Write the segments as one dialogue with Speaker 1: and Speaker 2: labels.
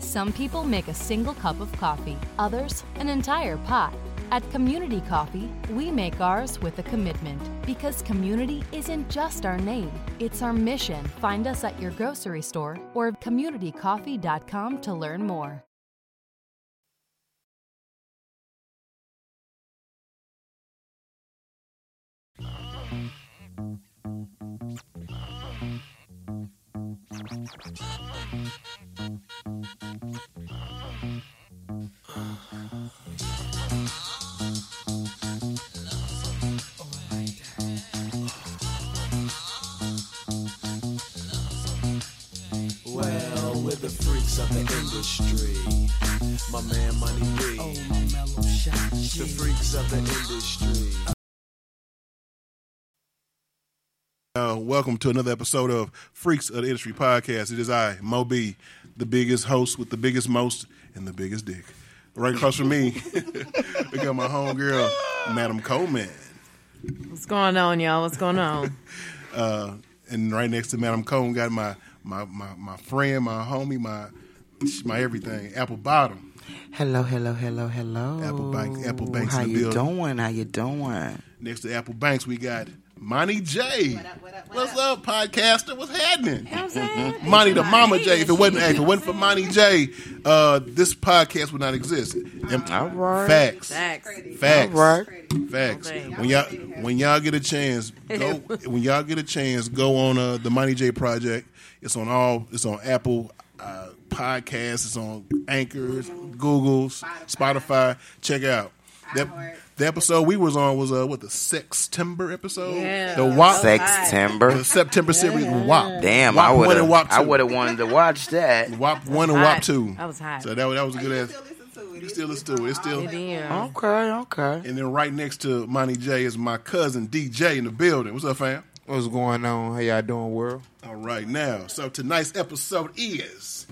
Speaker 1: Some people make a single cup of coffee, others, an entire pot. At Community Coffee, we make ours with a commitment because community isn't just our name, it's our mission. Find us at your grocery store or communitycoffee.com to learn more.
Speaker 2: Well, we're the freaks of the industry. My man Money B. The freaks of the industry.
Speaker 3: Uh, welcome to another episode of Freaks of the Industry podcast. It is I, Mo B, the biggest host with the biggest most and the biggest dick. Right across from me, we got my homegirl, Madam Coleman.
Speaker 4: What's going on, y'all? What's going on?
Speaker 3: Uh, and right next to Madam Coleman got my, my my my friend, my homie, my my everything, Apple Bottom.
Speaker 5: Hello, hello, hello, hello.
Speaker 3: Apple Banks- Apple Banks
Speaker 5: How
Speaker 3: in the
Speaker 5: you
Speaker 3: building.
Speaker 5: doing? How you doing?
Speaker 3: Next to Apple Banks, we got Monty J. What's up, podcaster? What's happening?
Speaker 4: I'm saying?
Speaker 3: Monty the Mama J. If it wasn't if it wasn't for Monty J, uh, this podcast would not exist. And
Speaker 5: All right.
Speaker 3: Facts.
Speaker 4: Facts.
Speaker 3: Facts.
Speaker 5: All right.
Speaker 3: Facts.
Speaker 4: Okay.
Speaker 3: When y'all when y'all get a chance, go when y'all get a chance, go on uh, the Monty J project. It's on all it's on Apple uh, podcasts, it's on Anchors, Google's, Spotify. Check it out. That, the episode we was on was uh what the September episode?
Speaker 4: Yeah.
Speaker 3: The WAP
Speaker 5: Sex
Speaker 3: the
Speaker 5: Timber.
Speaker 3: September series WAP.
Speaker 5: Damn,
Speaker 3: WAP
Speaker 5: I
Speaker 3: one
Speaker 5: would
Speaker 3: and
Speaker 5: have.
Speaker 3: WAP
Speaker 5: I
Speaker 3: two.
Speaker 5: would have wanted to watch that.
Speaker 3: WAP one and
Speaker 4: hot.
Speaker 3: WAP two.
Speaker 4: That was hot.
Speaker 3: So that, that was a good ass. Oh, You
Speaker 6: It's
Speaker 3: still listen to it. It's still.
Speaker 4: Damn.
Speaker 5: Okay, okay.
Speaker 3: And then right next to Monty J is my cousin DJ in the building. What's up, fam?
Speaker 7: What's going on? How y'all doing, world?
Speaker 3: All right, now. So tonight's episode is.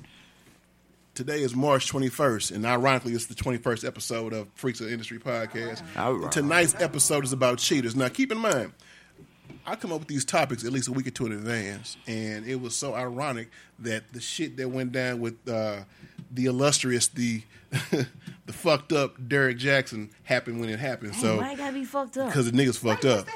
Speaker 3: Today is March 21st, and ironically, it's the 21st episode of Freaks of the Industry podcast.
Speaker 5: All right.
Speaker 3: Tonight's episode is about cheaters. Now, keep in mind, I come up with these topics at least a week or two in advance, and it was so ironic that the shit that went down with uh, the illustrious, the the fucked up Derek Jackson happened when it happened.
Speaker 4: So,
Speaker 3: So
Speaker 4: Why you gotta be fucked up?
Speaker 3: because the niggas fucked up.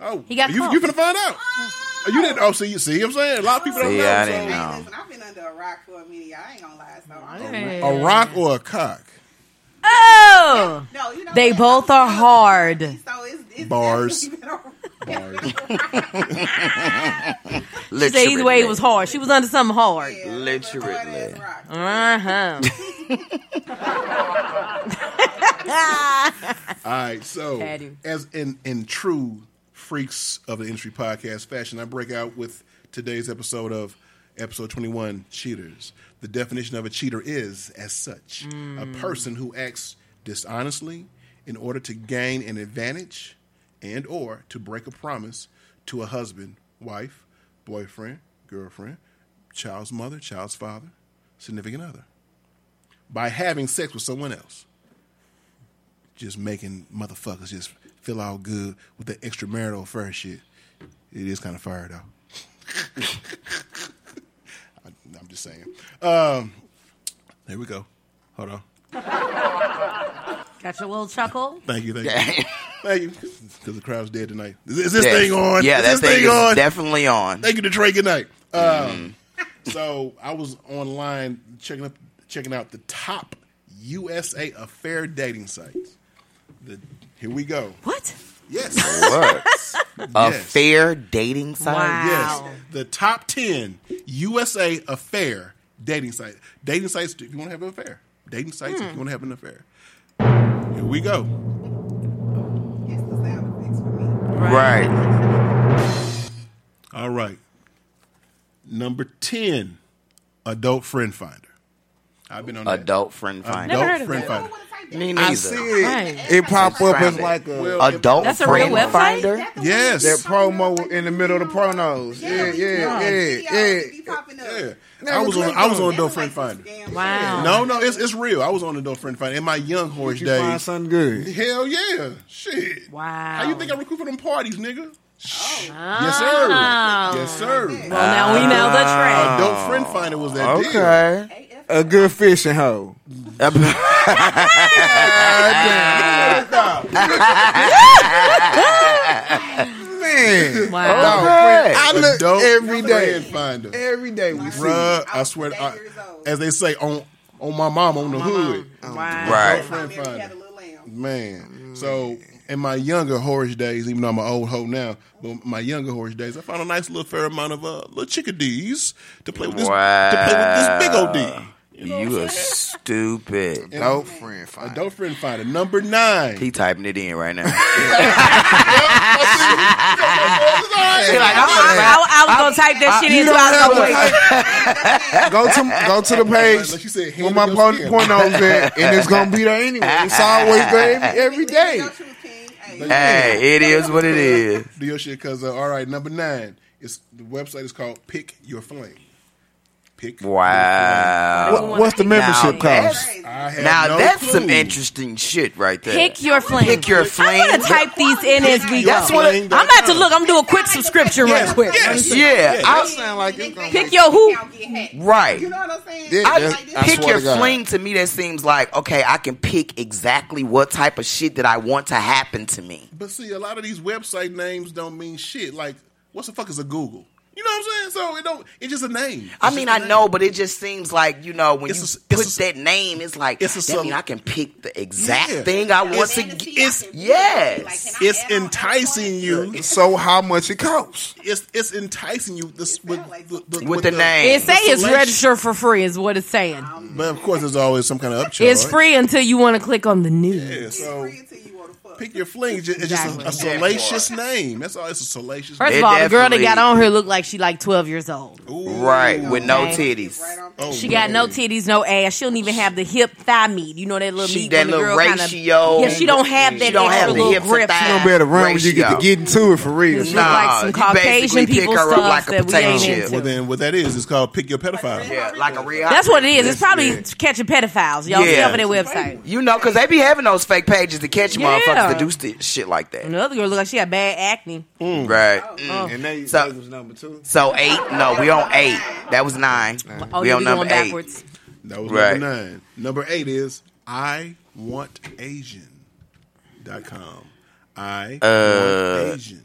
Speaker 3: Oh,
Speaker 4: He got
Speaker 3: you,
Speaker 4: caught.
Speaker 3: you finna find out. Oh, you didn't. Oh, see, see, what I'm saying a lot of people don't
Speaker 5: See,
Speaker 3: know.
Speaker 5: I
Speaker 3: so-
Speaker 5: didn't know.
Speaker 6: Listen, I've been under a rock for a minute. I ain't gonna lie. So I'm
Speaker 3: A rock or a cock?
Speaker 4: Oh!
Speaker 6: no, you know
Speaker 4: They
Speaker 6: what?
Speaker 4: both are hard.
Speaker 6: So it's, it's
Speaker 3: Bars.
Speaker 6: definitely been a-
Speaker 4: She said either way, it was hard. She was under something hard.
Speaker 6: Yeah,
Speaker 5: Literally.
Speaker 6: but hard ass rock.
Speaker 4: Uh huh.
Speaker 3: All right, so
Speaker 4: Had him.
Speaker 3: as in in true freaks of the industry podcast fashion, I break out with today's episode of episode 21 cheaters. The definition of a cheater is as such,
Speaker 4: Mm.
Speaker 3: a person who acts dishonestly in order to gain an advantage and or to break a promise to a husband, wife, boyfriend, girlfriend, child's mother, child's father, significant other by having sex with someone else just making motherfuckers just feel all good with the extramarital affair shit. It is kind of fire though. I, I'm just saying. Um, there we go. Hold on.
Speaker 4: Got your little chuckle?
Speaker 3: Thank you. Thank you. thank you. Because the crowd's dead tonight. Is, is this
Speaker 5: Yes.
Speaker 3: thing on?
Speaker 5: Yeah,
Speaker 3: is
Speaker 5: that
Speaker 3: this
Speaker 5: thing, is
Speaker 3: on?
Speaker 5: definitely on.
Speaker 3: Thank you, Detroit. Good night. Um,
Speaker 5: Mm-hmm.
Speaker 3: so I was online checking up, checking out the top USA affair dating sites. The, here we go.
Speaker 4: What?
Speaker 3: Yes.
Speaker 5: What? A
Speaker 3: Yes.
Speaker 5: fair dating site.
Speaker 4: Wow.
Speaker 3: Yes,
Speaker 4: Wow.
Speaker 3: the top ten USA affair dating site. Dating sites if you want to have an affair. Dating sites
Speaker 7: Hmm.
Speaker 3: if you want to have an affair. Here we go.
Speaker 6: It's the sound effects for me.
Speaker 5: Right.
Speaker 3: All right. Number ten, adult friend finder. I've been on that.
Speaker 5: Adult friend finder.
Speaker 4: Never heard
Speaker 3: Adult
Speaker 4: of
Speaker 3: friend
Speaker 4: that.
Speaker 3: finder.
Speaker 5: Me
Speaker 7: I
Speaker 5: neither.
Speaker 7: see it.
Speaker 4: Right.
Speaker 7: It pop up as
Speaker 5: Found it.
Speaker 7: like uh, a
Speaker 3: Well, if-
Speaker 5: Adult
Speaker 4: That's a real
Speaker 5: friend
Speaker 4: website?
Speaker 5: finder.
Speaker 6: That's the one
Speaker 3: Yes.
Speaker 7: that
Speaker 6: that's popping up,
Speaker 7: promo
Speaker 6: like,
Speaker 7: in the middle of the pronos. Yeah, yeah, yeah, yeah.
Speaker 6: Be popping up.
Speaker 3: Yeah.
Speaker 7: Never
Speaker 3: I was on.
Speaker 7: clicked
Speaker 3: I was
Speaker 7: on
Speaker 3: on
Speaker 7: it.
Speaker 3: adult friend finder.
Speaker 4: Wow.
Speaker 3: No, no, it's it's real. I was on adult friend finder in my young horse
Speaker 7: You find
Speaker 3: days.
Speaker 7: something good.
Speaker 3: Hell yeah! Shit.
Speaker 4: Wow.
Speaker 3: How you think I recruit for them parties, nigga?
Speaker 6: Oh.
Speaker 3: Shh. Yes, sir. Yes, sir.
Speaker 4: Well, Oh, now we know the trick. Ah.
Speaker 3: Adult friend finder was that deal.
Speaker 7: Okay.
Speaker 6: AF
Speaker 3: Uh,
Speaker 7: A good fishing hoe. Man.
Speaker 3: Oh,
Speaker 4: Wow.
Speaker 7: I
Speaker 3: A
Speaker 7: look
Speaker 3: dope
Speaker 7: every day.
Speaker 3: friend Finder.
Speaker 7: Every day we see.
Speaker 3: Bruh, I
Speaker 6: I'm
Speaker 3: swear,
Speaker 6: eight
Speaker 3: I,
Speaker 6: years old.
Speaker 3: as they say on on my mom on the hood,
Speaker 4: Wow.
Speaker 5: Right.
Speaker 6: My
Speaker 3: friend
Speaker 6: Mary had
Speaker 3: finder,
Speaker 6: a little Mm. lamb.
Speaker 3: man. So in my younger horse days, even though I'm an old hoe now, but my younger horse days, I found a nice little fair amount of uh, little chickadees to play with this to play with this big old D.
Speaker 5: You are stupid.
Speaker 7: Dope friend
Speaker 3: A
Speaker 7: finder.
Speaker 3: dope friend finder number nine.
Speaker 5: He typing it in right now.
Speaker 4: I, I, I was gonna type that shit in, so I was gonna wait.
Speaker 7: go to go to the page
Speaker 3: Like you said, hand
Speaker 7: where my
Speaker 3: in your
Speaker 7: point
Speaker 3: skin.
Speaker 7: porno's at, and it's gonna be there anyway. It's always there every, every
Speaker 6: Look at
Speaker 7: day.
Speaker 6: your truth, King. Hey,
Speaker 5: hey, it is what it is.
Speaker 3: Do your shit, cause uh, all right, number nine. It's the website is called Pick Your Flame. Pick.
Speaker 5: Wow.
Speaker 7: What- what's the membership
Speaker 5: Now
Speaker 7: cost?
Speaker 6: crazy.
Speaker 3: I have
Speaker 5: Now
Speaker 3: no
Speaker 5: that's
Speaker 3: clue.
Speaker 5: some interesting shit right there.
Speaker 4: Pick your flame.
Speaker 5: Pick your flame.
Speaker 4: I'm gonna type these in as we go.
Speaker 5: That's
Speaker 4: I'm
Speaker 5: what it-
Speaker 4: about to look. I'm gonna do a quick subscription right quick.
Speaker 3: Yes.
Speaker 5: yeah.
Speaker 3: Yeah.
Speaker 5: I-
Speaker 7: sound like it's gonna
Speaker 4: Pick your hoop.
Speaker 6: Now get hacked.
Speaker 5: right.
Speaker 6: You know what I'm saying?
Speaker 7: Yeah,
Speaker 5: I,
Speaker 7: that's-
Speaker 6: Like this-
Speaker 7: I
Speaker 5: pick
Speaker 7: swear
Speaker 5: your
Speaker 7: to God.
Speaker 5: fling to me that seems like okay i can pick exactly what type of shit that i want to happen to me
Speaker 3: But see, a lot of these website names don't mean shit. Like, what the fuck is a Google? You know what I'm saying? So it don't. It's just a name. It's
Speaker 5: i
Speaker 3: just
Speaker 5: mean
Speaker 3: a
Speaker 5: i
Speaker 3: name.
Speaker 5: know but it just seems like you know when
Speaker 3: It's
Speaker 5: you
Speaker 3: a s-
Speaker 5: put
Speaker 3: it's a s-
Speaker 5: that name it's like
Speaker 3: it's a
Speaker 5: that
Speaker 3: sub-
Speaker 5: mean i can pick the exact
Speaker 3: Yeah.
Speaker 5: thing i want to
Speaker 6: Fantasy,
Speaker 5: get
Speaker 6: I
Speaker 5: it's
Speaker 6: can feel it.
Speaker 5: yes
Speaker 6: Like, can I
Speaker 3: It's
Speaker 6: add on
Speaker 3: enticing you.
Speaker 7: be. So how much it costs?
Speaker 3: It's it's enticing you this with
Speaker 6: like
Speaker 3: the,
Speaker 5: with, the, name
Speaker 4: It say it's
Speaker 3: selection.
Speaker 4: registered for free is what it's saying.
Speaker 3: But of course, there's always some kind of upcharge.
Speaker 4: It's free until you want to click on the new.
Speaker 3: Yeah, so
Speaker 6: Free until you wanna fuck.
Speaker 3: pick your fling. It's just, it's just a- a,
Speaker 4: Exactly.
Speaker 3: salacious name. That's all. It's a salacious.
Speaker 4: First
Speaker 5: It
Speaker 4: of all, the girl that
Speaker 5: definitely- Oh,
Speaker 4: got on here looked like she like 12 years old.
Speaker 3: name. Ooh.
Speaker 5: right with no
Speaker 4: Okay.
Speaker 5: titties
Speaker 6: Right on.
Speaker 3: Oh,
Speaker 4: She got no
Speaker 3: man.
Speaker 4: titties, no ass. She don't even have the hip thigh meat. You know that little
Speaker 5: She-
Speaker 4: meat
Speaker 5: that
Speaker 4: when the
Speaker 5: little
Speaker 4: girl kinda-
Speaker 5: ratio.
Speaker 4: yeah, she don't have that
Speaker 5: don't
Speaker 4: extra
Speaker 5: have the
Speaker 4: little
Speaker 5: hips or
Speaker 4: grip.
Speaker 5: thighs.
Speaker 7: You better run when you get
Speaker 5: Ratio.
Speaker 7: to getting to it for real.
Speaker 4: Look
Speaker 5: Nah,
Speaker 4: like some
Speaker 5: you
Speaker 4: Caucasian
Speaker 5: basically pick
Speaker 4: people
Speaker 5: her up
Speaker 4: stuff
Speaker 5: like a
Speaker 4: that we
Speaker 5: potato
Speaker 4: ain't
Speaker 5: chip.
Speaker 4: into.
Speaker 3: Oh, Well, then what that is? It's called pick your pedophile.
Speaker 5: yeah like a real
Speaker 4: That's what it is. It's probably
Speaker 7: Yeah.
Speaker 4: catching pedophiles. Y'all see
Speaker 5: Yeah.
Speaker 4: up on their website.
Speaker 5: you know because they be having those fake pages to catch
Speaker 4: Yeah.
Speaker 5: motherfuckers to do st- shit like that
Speaker 4: And the other girl looked like she had bad acne.
Speaker 5: right Mm.
Speaker 7: And they
Speaker 5: So-
Speaker 7: was number two.
Speaker 5: So eight? No, we on eight. That was nine.
Speaker 4: Oh,
Speaker 5: we
Speaker 4: you
Speaker 5: on
Speaker 4: be
Speaker 5: number
Speaker 4: going
Speaker 5: eight.
Speaker 4: backwards.
Speaker 3: That was
Speaker 5: Right.
Speaker 3: number nine. Number eight is I want Asian.com. I
Speaker 5: Uh,
Speaker 3: want Asian.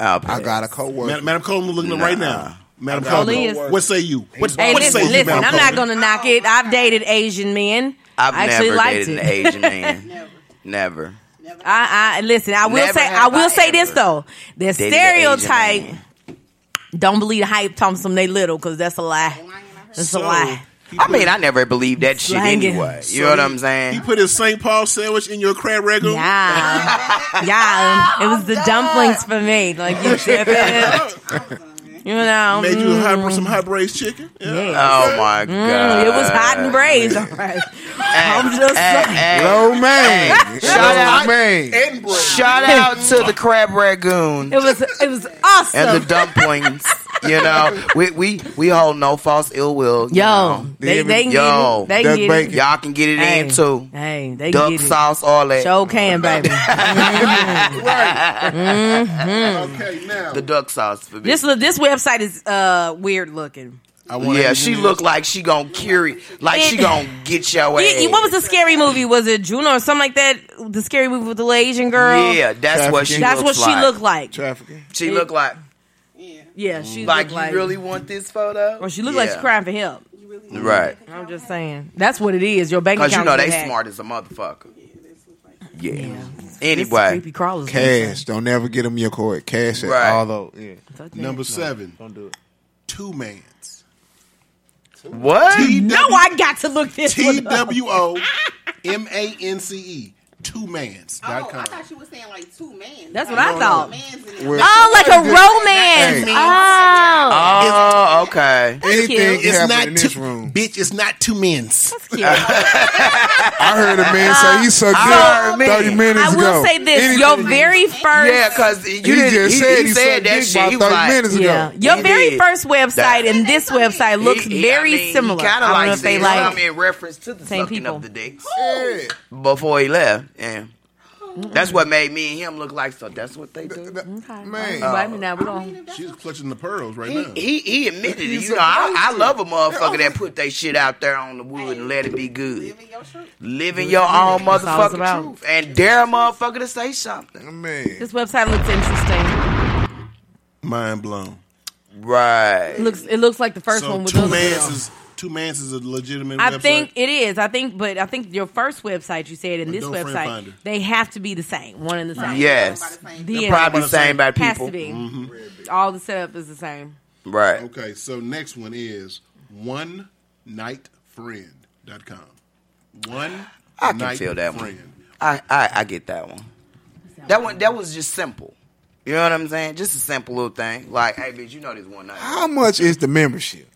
Speaker 5: Oh,
Speaker 7: I got a coworker.
Speaker 3: Madam, Madam Coleman looking at right now. Madam Coleman,
Speaker 4: Coleman is-
Speaker 3: what say you? What,
Speaker 4: Hey,
Speaker 3: what
Speaker 4: listen,
Speaker 3: say you,
Speaker 4: listen
Speaker 3: Madam
Speaker 4: I'm
Speaker 3: Coleman?
Speaker 4: not going to knock it. I've dated Asian men.
Speaker 5: I've
Speaker 4: I actually
Speaker 5: never
Speaker 4: liked
Speaker 5: dated
Speaker 4: it.
Speaker 5: an Asian man.
Speaker 6: Never.
Speaker 5: Never.
Speaker 6: Never.
Speaker 4: I, I listen. I will
Speaker 5: Never
Speaker 4: say. I
Speaker 5: have
Speaker 4: will
Speaker 5: I
Speaker 4: say this
Speaker 5: ever
Speaker 4: though. The
Speaker 5: dated an Asian
Speaker 4: stereotype.
Speaker 5: man.
Speaker 4: Don't believe the hype. Thompson they little because that's a lie. That's
Speaker 3: So,
Speaker 4: a lie.
Speaker 3: he
Speaker 5: I
Speaker 3: put-
Speaker 5: mean, I never believed that shit
Speaker 4: Slanging.
Speaker 5: anyway.
Speaker 3: so
Speaker 5: You know what
Speaker 3: he-
Speaker 5: I'm
Speaker 3: He
Speaker 5: saying?
Speaker 3: put his St. Paul sandwich in your crab regular.
Speaker 4: Yeah, yeah. um, It was the dumplings for me. Like you tripping. You know,
Speaker 3: Made you hot,
Speaker 4: Mm.
Speaker 3: some hot braised chicken.
Speaker 4: yeah.
Speaker 5: Oh my god!
Speaker 4: Mm, it was hot and braised. All right. I'm just
Speaker 5: Hey,
Speaker 4: saying.
Speaker 5: hey.
Speaker 7: Low man.
Speaker 5: Hey,
Speaker 7: Low
Speaker 5: shout out.
Speaker 7: man.
Speaker 3: And braised.
Speaker 5: Shout out to the crab ragoon
Speaker 4: It was it was awesome.
Speaker 5: and the dumplings. You know, we we we hold no false ill will. you
Speaker 4: yo,
Speaker 5: know.
Speaker 4: they they can
Speaker 5: Yo.
Speaker 4: get it. They
Speaker 7: Duck
Speaker 4: can get
Speaker 7: bacon.
Speaker 4: it.
Speaker 5: y'all can get it
Speaker 4: Hey,
Speaker 5: in too.
Speaker 4: Hey, they can
Speaker 5: Duck
Speaker 4: get it.
Speaker 5: sauce, all that.
Speaker 4: Show can, baby.
Speaker 3: Okay, now.
Speaker 5: The duck sauce for me.
Speaker 4: this li- this website is uh weird looking.
Speaker 3: I want
Speaker 5: Yeah,
Speaker 3: Asian
Speaker 5: she
Speaker 3: meals.
Speaker 5: looked like she gonna carry, like she
Speaker 4: It-
Speaker 5: gonna get your
Speaker 4: You-
Speaker 5: ass.
Speaker 4: you- what was the scary movie? Was it Juno or something like that? The scary movie with the little Asian girl.
Speaker 5: Yeah, that's what she.
Speaker 4: that's what
Speaker 5: looks
Speaker 4: she
Speaker 5: like.
Speaker 4: looked like.
Speaker 7: Trafficking.
Speaker 5: She looked like.
Speaker 6: Yeah.
Speaker 4: Yeah, she
Speaker 5: Like
Speaker 4: looked
Speaker 5: you
Speaker 4: like.
Speaker 5: really want this photo?
Speaker 4: or she looked
Speaker 5: Yeah.
Speaker 4: like she's crying for help.
Speaker 6: You really
Speaker 5: Right,
Speaker 4: I'm just saying. That's what it is. Your bank
Speaker 5: because
Speaker 4: account.
Speaker 5: you know they
Speaker 4: get hacked.
Speaker 5: smart as a motherfucker. Yeah.
Speaker 4: It's
Speaker 5: Anyway,
Speaker 4: creepy crawlers.
Speaker 7: Cash. Don't ever get them your card. Cash at
Speaker 5: Right.
Speaker 7: all though. Yeah.
Speaker 3: Number seven,
Speaker 7: Don't do it.
Speaker 3: two mans.
Speaker 5: what?
Speaker 4: No, I got to look this
Speaker 3: T
Speaker 4: one up.
Speaker 3: W O M A N C E. Two mans.
Speaker 6: Oh,
Speaker 3: dot com.
Speaker 6: I thought you were saying like two men.
Speaker 4: That's
Speaker 6: Like,
Speaker 4: what I
Speaker 6: two
Speaker 4: thought.
Speaker 6: Mans in there.
Speaker 7: Well,
Speaker 4: Oh, like a romance.
Speaker 7: Hey.
Speaker 4: Oh,
Speaker 5: Oh, okay.
Speaker 7: Anything
Speaker 4: cute.
Speaker 7: can happen in this
Speaker 3: two,
Speaker 7: room.
Speaker 3: bitch. It's not two men's.
Speaker 4: that's cute.
Speaker 7: I heard a man say he
Speaker 5: heard
Speaker 7: so
Speaker 5: a
Speaker 7: good
Speaker 5: man.
Speaker 7: 30 minutes
Speaker 4: I
Speaker 7: ago.
Speaker 4: will say this:
Speaker 7: Anything-
Speaker 4: your very first,
Speaker 5: Yeah, because you
Speaker 7: He
Speaker 5: didn't.
Speaker 7: just
Speaker 5: he,
Speaker 7: said
Speaker 5: he said
Speaker 7: he sucked
Speaker 5: that
Speaker 7: dick
Speaker 5: shit.
Speaker 7: about
Speaker 5: He was
Speaker 7: 30
Speaker 5: like,
Speaker 7: minutes ago.
Speaker 4: yeah, your
Speaker 5: He
Speaker 4: very
Speaker 5: did.
Speaker 4: first website
Speaker 5: That-
Speaker 4: and this website looks
Speaker 5: he- he-
Speaker 4: very
Speaker 5: I mean,
Speaker 4: similar.
Speaker 5: He
Speaker 4: I
Speaker 5: kind
Speaker 4: don't
Speaker 5: of
Speaker 4: know
Speaker 5: like
Speaker 4: if they
Speaker 5: said
Speaker 4: like.
Speaker 5: something in reference to the
Speaker 4: Same
Speaker 5: sucking
Speaker 4: people.
Speaker 5: of the dicks
Speaker 7: Yeah.
Speaker 5: before he left. Yeah. That's what made me and him look like. So that's what they do.
Speaker 7: Man.
Speaker 4: Why me now? We don't.
Speaker 3: She's clutching the pearls right
Speaker 5: He,
Speaker 3: now.
Speaker 5: he he admitted it.
Speaker 7: He's
Speaker 5: You know, I, I
Speaker 7: supposed to.
Speaker 5: love a motherfucker that put they shit out there on the wood and let it be good.
Speaker 6: Live in your truth.
Speaker 5: Living your own
Speaker 4: That's all it's
Speaker 5: motherfucking
Speaker 4: about.
Speaker 5: truth and dare a motherfucker to say something.
Speaker 7: Man.
Speaker 4: This website looks interesting.
Speaker 3: Mind blown.
Speaker 5: Right.
Speaker 4: Looks it looks like the first
Speaker 3: So
Speaker 4: one was.
Speaker 3: two mans is two mans is a legitimate.
Speaker 4: I
Speaker 3: website.
Speaker 4: think it is. I think, but I think your first website you said and this
Speaker 3: Adult Friend
Speaker 4: website
Speaker 3: Finder.
Speaker 4: they have to be the same, one and the same.
Speaker 5: Yes.
Speaker 6: By the same
Speaker 4: The
Speaker 5: They're
Speaker 4: end.
Speaker 5: probably the same by
Speaker 4: has
Speaker 5: people.
Speaker 4: to be.
Speaker 3: Mm-hmm.
Speaker 4: All the setup is the same.
Speaker 5: Right.
Speaker 3: Okay, so next one is one nightfriend.com. One
Speaker 5: I can
Speaker 3: night
Speaker 5: feel that
Speaker 3: friend.
Speaker 5: one. I, I I get that one. That one that was just simple. You know what I'm saying? Just a simple little thing. Like, hey bitch, you know this one night.
Speaker 7: How much is the membership?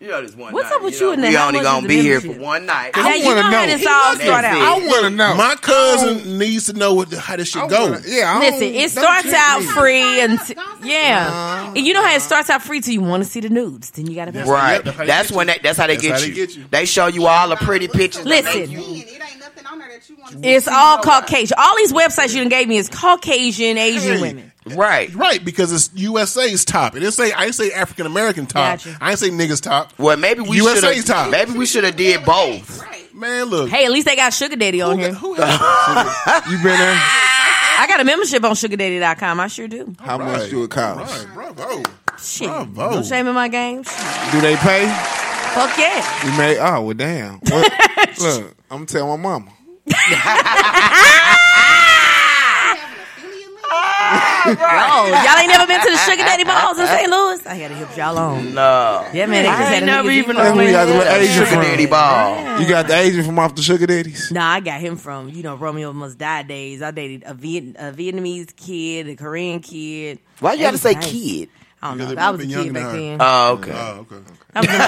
Speaker 5: You know this one
Speaker 4: What's
Speaker 5: night.
Speaker 4: up with you and
Speaker 5: know,
Speaker 4: that?
Speaker 5: We
Speaker 4: How
Speaker 5: only
Speaker 4: much
Speaker 5: gonna
Speaker 4: is the
Speaker 5: be here for
Speaker 4: membership?
Speaker 5: one night.
Speaker 4: Now you know
Speaker 7: wanna
Speaker 4: how
Speaker 7: know.
Speaker 4: this all
Speaker 5: He
Speaker 4: started
Speaker 5: wasn't-
Speaker 4: out.
Speaker 7: I want to know.
Speaker 3: My cousin needs to know what the, how this
Speaker 7: I
Speaker 3: shit
Speaker 7: wanna-
Speaker 3: goes.
Speaker 7: Yeah.
Speaker 5: Oh,
Speaker 7: I don't-
Speaker 4: Listen, it
Speaker 7: don't
Speaker 4: starts
Speaker 7: trick
Speaker 4: out
Speaker 7: me.
Speaker 4: free and t-
Speaker 6: Don't say
Speaker 4: yeah, and you know how it starts out free till you want to see the nudes, then you got to pay.
Speaker 3: Yep,
Speaker 5: Right.
Speaker 3: that's how they
Speaker 5: that's
Speaker 3: get
Speaker 5: when
Speaker 3: you.
Speaker 5: they, that's how they,
Speaker 3: That's
Speaker 5: get,
Speaker 3: how they
Speaker 5: you.
Speaker 3: get you.
Speaker 5: They show you all the pretty pictures. that
Speaker 4: Listen.
Speaker 5: make you-
Speaker 6: It ain't nothing on there that you want to
Speaker 4: It's all Caucasian. All these websites you done gave me is Caucasian, Asian
Speaker 3: Hey.
Speaker 4: women.
Speaker 5: Right.
Speaker 3: Right, because it's USA's top. It didn't say I didn't say African American top.
Speaker 4: Gotcha.
Speaker 3: I didn't say niggas top.
Speaker 5: Well, maybe we should
Speaker 3: USA's
Speaker 5: have
Speaker 3: top.
Speaker 5: maybe we should have did both.
Speaker 6: Right.
Speaker 3: Man, look.
Speaker 4: Hey, at least they got Sugar Daddy on here.
Speaker 3: Who has
Speaker 7: You been there?
Speaker 4: I got a membership on SugarDaddy.com. I sure do.
Speaker 7: How much do it cost?
Speaker 3: Right, bravo.
Speaker 4: Shit,
Speaker 3: Bravo.
Speaker 4: no shame in my game. Shit.
Speaker 7: Do they pay?
Speaker 4: Fuck yeah.
Speaker 7: You made oh well damn. What? Look, I'm telling my mama.
Speaker 4: Oh, y'all ain't never been to the Sugar Daddy balls in St. Louis? I gotta hip y'all on.
Speaker 5: No.
Speaker 4: Yeah, man.
Speaker 5: I ain't never even
Speaker 7: That's where you got the Asian
Speaker 5: Sugar
Speaker 7: from.
Speaker 5: daddy ball.
Speaker 7: You got the agent from off the sugar daddies.
Speaker 4: Nah, I got him from you know Romeo Must Die days. I dated a, Viet- a Vietnamese kid, a Korean kid.
Speaker 5: Why you
Speaker 4: That
Speaker 5: got to
Speaker 4: was
Speaker 5: say
Speaker 4: nice.
Speaker 5: kid?
Speaker 4: I don't
Speaker 3: Because
Speaker 4: know.
Speaker 3: they
Speaker 4: I was a
Speaker 3: been
Speaker 4: kid
Speaker 3: young
Speaker 4: back
Speaker 3: and
Speaker 4: then.
Speaker 5: Oh, okay.
Speaker 3: Oh, okay. okay.
Speaker 4: I was, a- you know,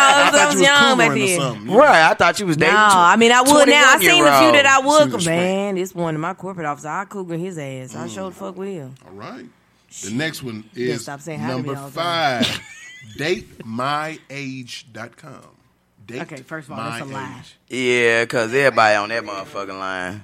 Speaker 4: I was, I
Speaker 3: Thought
Speaker 4: was
Speaker 3: you was
Speaker 4: young back
Speaker 3: coloring or
Speaker 4: then.
Speaker 3: something.
Speaker 5: right. I thought you was dating.
Speaker 4: No,
Speaker 5: tw-
Speaker 4: I mean I would now. I seen a few that I
Speaker 5: 21-year-olds.
Speaker 4: would. Man, this one in my corporate office, I cougar his ass. I showed fuck with him.
Speaker 3: All right. The next one is
Speaker 4: stop saying hi to me
Speaker 3: number
Speaker 4: all the
Speaker 3: five, datemyage.com. Date
Speaker 4: Okay, first of all, that's a
Speaker 3: my
Speaker 4: lie.
Speaker 3: age.
Speaker 5: Yeah, cause everybody on that motherfucking line.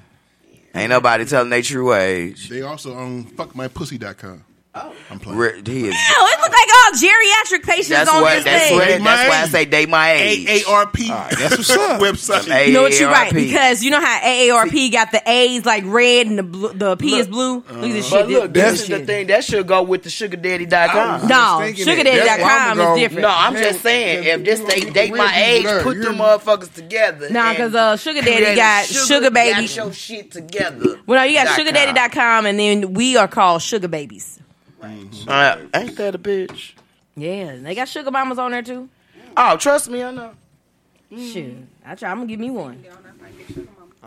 Speaker 5: Ain't nobody telling their true age.
Speaker 3: They also own fuckmypussy.com. Oh. I'm playing.
Speaker 5: Re- He is.
Speaker 4: Oh, it looked like all geriatric patients
Speaker 5: That's
Speaker 4: on
Speaker 5: what.
Speaker 4: this
Speaker 5: That's
Speaker 4: thing.
Speaker 5: what.
Speaker 3: Date
Speaker 5: That's
Speaker 3: my
Speaker 5: why I
Speaker 3: age.
Speaker 5: say date my age.
Speaker 3: AARP. that's what's up. Website.
Speaker 5: A-
Speaker 4: You know what you right
Speaker 5: AARP.
Speaker 4: because you know how AARP got the A's like red and the blue, the P is blue. Look at this shit.
Speaker 5: uh, But look,
Speaker 4: this,
Speaker 5: this
Speaker 4: this
Speaker 5: is
Speaker 4: shit.
Speaker 5: the thing. That should go with the sugardaddy.com.
Speaker 4: No,
Speaker 7: thinking that. That's why
Speaker 4: sugardaddy.com
Speaker 7: I'm gonna-
Speaker 4: is different.
Speaker 5: No, I'm
Speaker 7: Man,
Speaker 5: just saying. If
Speaker 7: man,
Speaker 5: this
Speaker 7: you
Speaker 5: they
Speaker 7: know,
Speaker 5: date
Speaker 7: the
Speaker 5: my
Speaker 7: real
Speaker 5: age,
Speaker 7: people there,
Speaker 5: put
Speaker 7: you
Speaker 5: them
Speaker 7: know.
Speaker 5: motherfuckers together.
Speaker 4: Nah,
Speaker 5: and
Speaker 4: 'cause, uh, Sugar Daddy
Speaker 5: create a
Speaker 4: got Sugar Baby.
Speaker 5: Got your shit together.
Speaker 4: well, no, you got
Speaker 5: dot
Speaker 4: sugardaddy.com,
Speaker 5: com.
Speaker 4: and then we are called sugar babies.
Speaker 5: Uh, ain't that a bitch?
Speaker 4: Yeah, they got sugar mamas on there too.
Speaker 5: Oh, trust me, I know.
Speaker 4: Shit, Mm-hmm. I try. I'm gonna give me one.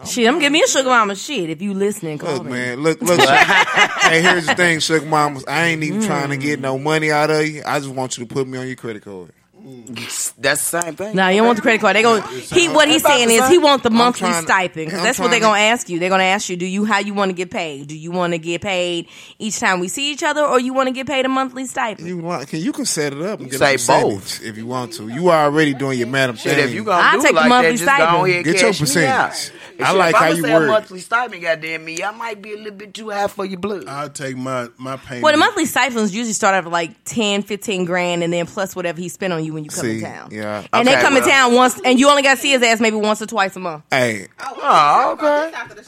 Speaker 4: Shit, I'm gonna give me a sugar mama. Shit, if you listening, call
Speaker 7: Look,
Speaker 4: me.
Speaker 7: man, look, look. hey, here's the thing, sugar mamas. I ain't
Speaker 4: Mm.
Speaker 7: even trying to get no money out of you. I just want you to put me on your credit card.
Speaker 5: That's the same thing.
Speaker 4: No, you don't want the credit card. They going he what he's saying is he want the monthly stipend because
Speaker 7: I'm
Speaker 4: that's what they're
Speaker 7: trying
Speaker 4: gonna
Speaker 7: to-
Speaker 4: ask you. They're gonna ask you, do you how you want to get paid? Do you want to get paid each time we see each other, or you want to get paid a monthly stipend?
Speaker 7: You want? Can you can set it up and get
Speaker 5: Say
Speaker 7: a percentage if you want to. You are already doing your madam
Speaker 5: Shit,
Speaker 7: thing.
Speaker 5: if you gonna
Speaker 4: I'll
Speaker 5: do
Speaker 4: take
Speaker 5: it
Speaker 4: the
Speaker 5: like
Speaker 4: monthly
Speaker 5: that, just go
Speaker 4: stipend.
Speaker 5: on here and
Speaker 7: Get
Speaker 5: cash
Speaker 7: your
Speaker 5: me out.
Speaker 7: percentage.
Speaker 5: And
Speaker 7: I
Speaker 5: shit,
Speaker 7: like
Speaker 5: if
Speaker 7: how
Speaker 5: I'ma
Speaker 7: you
Speaker 5: say a
Speaker 7: word it.
Speaker 5: monthly stipend, goddamn me, I might be a little bit too high for your blood.
Speaker 3: I'll take my, my payment.
Speaker 4: Well, the monthly stipends usually start out at like 10, 15 grand, and then plus whatever he spent on you when you come in
Speaker 7: See,
Speaker 4: town.
Speaker 7: yeah.
Speaker 4: and they
Speaker 5: Okay,
Speaker 4: come in
Speaker 5: well-
Speaker 4: town once, and you only got to see his ass maybe once or twice a month.
Speaker 7: hey,
Speaker 5: oh, okay.
Speaker 7: this.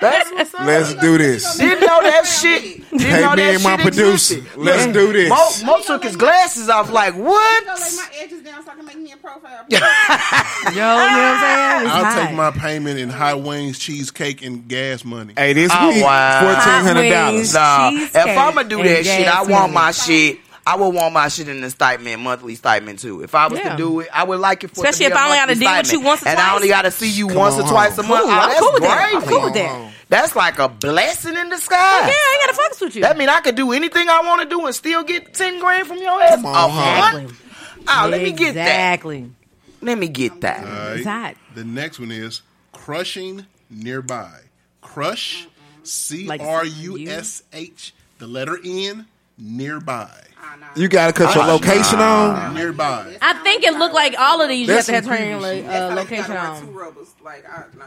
Speaker 5: That's what's up.
Speaker 7: let's do this.
Speaker 5: Didn't know that shit. Didn't
Speaker 7: Hey,
Speaker 5: know
Speaker 7: me
Speaker 5: that
Speaker 7: and my
Speaker 5: shit
Speaker 7: producer,
Speaker 5: existed.
Speaker 7: let's do this.
Speaker 5: Mo, Mo took his glasses off. Like
Speaker 6: I'm gonna lay
Speaker 5: what?
Speaker 6: my edges down so I can make me a profile.
Speaker 4: Yo, you know what I'm saying? It's
Speaker 3: I'll
Speaker 4: high.
Speaker 3: take my payment in hot wings, cheesecake, and gas money.
Speaker 7: Hey, this
Speaker 5: Oh,
Speaker 7: week,
Speaker 5: wow.
Speaker 7: fourteen hundred
Speaker 4: Hot wings.
Speaker 7: dollars.
Speaker 5: Nah, if
Speaker 4: Cheesecake
Speaker 5: I'ma do
Speaker 4: and
Speaker 5: that shit, I
Speaker 4: gas
Speaker 5: want my
Speaker 4: money.
Speaker 5: shit. I would want my shit in the stipend, monthly stipend too. If I was
Speaker 4: Yeah.
Speaker 5: to do it, I would like it for it
Speaker 4: Especially
Speaker 5: to be
Speaker 4: if
Speaker 5: a
Speaker 4: I only
Speaker 5: monthly
Speaker 4: gotta deal with
Speaker 5: stipend.
Speaker 4: you once or
Speaker 5: and I
Speaker 4: twice.
Speaker 5: only got to see you once or
Speaker 7: on.
Speaker 5: twice a month.
Speaker 4: Cool,
Speaker 5: Oh,
Speaker 4: I'm
Speaker 5: that's
Speaker 4: cool with that.
Speaker 5: crazy.
Speaker 4: I'm cool with that.
Speaker 5: That's like a blessing in
Speaker 4: Yeah,
Speaker 5: disguise.
Speaker 4: I ain't got to fucks with you.
Speaker 5: That mean I could do anything I want to do and still get ten grand from your ass
Speaker 7: Come
Speaker 5: a
Speaker 7: on, huh?
Speaker 5: month. Oh, let me get that.
Speaker 4: Exactly.
Speaker 5: Let me get that.
Speaker 3: All
Speaker 4: It's hot.
Speaker 3: The next one is crushing nearby. Crush, C
Speaker 4: Like
Speaker 3: R U S H, the letter N, nearby.
Speaker 7: You gotta cut your location
Speaker 4: Ah.
Speaker 7: on.
Speaker 3: Nearby.
Speaker 4: Um. I think it looked like all of these. You have
Speaker 7: That's
Speaker 4: to have
Speaker 7: some
Speaker 4: turn your
Speaker 7: people
Speaker 4: like, uh,
Speaker 6: That's how you
Speaker 4: location
Speaker 6: gotta wear Two
Speaker 4: on.
Speaker 6: rubbers, like I no.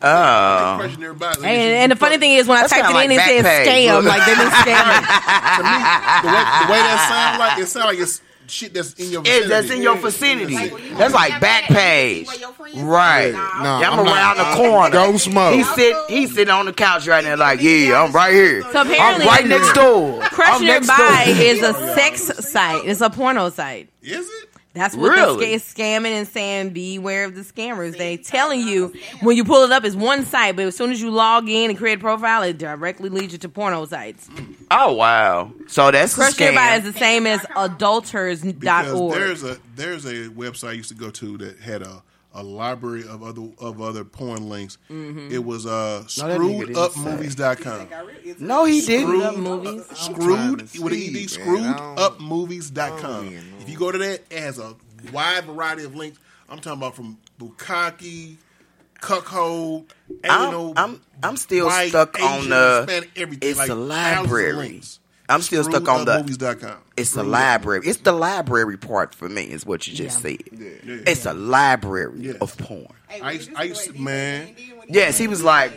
Speaker 5: Oh.
Speaker 3: Question everybody.
Speaker 4: And, and the funny thing is, when I
Speaker 5: That's
Speaker 4: typed it
Speaker 5: kinda
Speaker 4: in, it
Speaker 5: like
Speaker 4: said
Speaker 5: Backpage.
Speaker 4: scam. Like, they've been scamming.
Speaker 3: to me, the way, the way that sounds like, it sounds like it's shit that's in your vicinity.
Speaker 5: It, that's in your vicinity. That's like back page. Right.
Speaker 7: Nah,
Speaker 5: Yeah, I'm
Speaker 7: I'm not-
Speaker 5: around
Speaker 7: I-
Speaker 5: the corner.
Speaker 7: Go smoke.
Speaker 5: He sit he's sitting on the couch right now like, yeah, I'm right here.
Speaker 4: So
Speaker 5: I'm
Speaker 4: apparently,
Speaker 5: right next door.
Speaker 4: Crush
Speaker 5: I'm
Speaker 4: Your
Speaker 5: next
Speaker 4: Body
Speaker 5: door.
Speaker 4: is a sex site. It's a porno site.
Speaker 3: Is it?
Speaker 4: That's what
Speaker 5: Really?
Speaker 4: the sca- scamming and saying beware of the scammers. They telling you when you pull it up it's one site, but as soon as you log in and create a profile, it directly leads you to porno sites.
Speaker 5: Oh wow. So that's a
Speaker 4: Crush Your Body
Speaker 5: scam.
Speaker 4: is the same as
Speaker 3: Because
Speaker 4: adulterers.org.
Speaker 3: there's a there's a website I used to go to that had a, a library of other of other porn links. It was uh,
Speaker 8: that nigga didn't say.
Speaker 3: screwedupmovies.com.
Speaker 5: No, he didn't.
Speaker 3: Screwed, movies. screwed
Speaker 7: trying to
Speaker 3: with an
Speaker 7: see,
Speaker 3: ed
Speaker 7: man.
Speaker 3: screwed
Speaker 7: I don't-
Speaker 3: up movies.com.
Speaker 7: even know.
Speaker 3: If you go to that, it has a wide variety of links. I'm talking about from bukkake, cuckold,
Speaker 5: I'm,
Speaker 3: anal,
Speaker 5: I'm I'm still
Speaker 3: white,
Speaker 5: stuck
Speaker 3: Asian,
Speaker 5: on the
Speaker 3: Hispanic, everything.
Speaker 5: it's
Speaker 3: like
Speaker 5: a
Speaker 3: thousands of
Speaker 5: library.
Speaker 3: links.
Speaker 5: I'm still stuck on the
Speaker 3: movies.com.
Speaker 5: It's the library. It's the library part for me. Is what you just said. It's a library
Speaker 3: Yeah.
Speaker 5: of porn.
Speaker 3: I used- I used- man.
Speaker 5: Yes, he was like,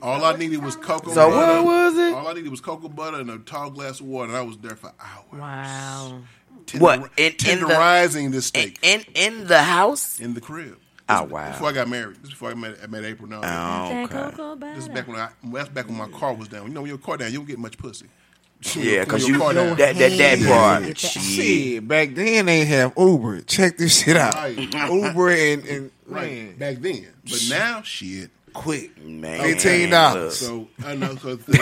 Speaker 3: All I needed was cocoa
Speaker 5: So
Speaker 3: butter.
Speaker 5: what was it?
Speaker 3: All I needed was cocoa butter and a tall glass of water, and I was there for hours.
Speaker 4: Wow.
Speaker 3: Tender,
Speaker 5: What? In- in the-
Speaker 3: tenderizing this
Speaker 5: in
Speaker 3: steak
Speaker 5: in, in the house.
Speaker 3: in the crib.
Speaker 5: Oh
Speaker 3: Before I
Speaker 5: wow.
Speaker 3: got married. This is before I met, I met April. Now.
Speaker 5: Oh, Okay.
Speaker 3: This is back when I, that's back when my car was down. You know, when your car down, you don't get much pussy.
Speaker 5: Yeah, because
Speaker 3: When
Speaker 5: you
Speaker 3: your car down.
Speaker 5: that that that part. Shit.
Speaker 7: Shit, back then they have Uber. Check this shit out.
Speaker 3: Right.
Speaker 7: Uber and, and
Speaker 3: right
Speaker 7: man,
Speaker 3: back then, but now shit.
Speaker 7: quick.
Speaker 5: Oh, Man,
Speaker 7: $18.
Speaker 5: look.
Speaker 3: So I know. So the, the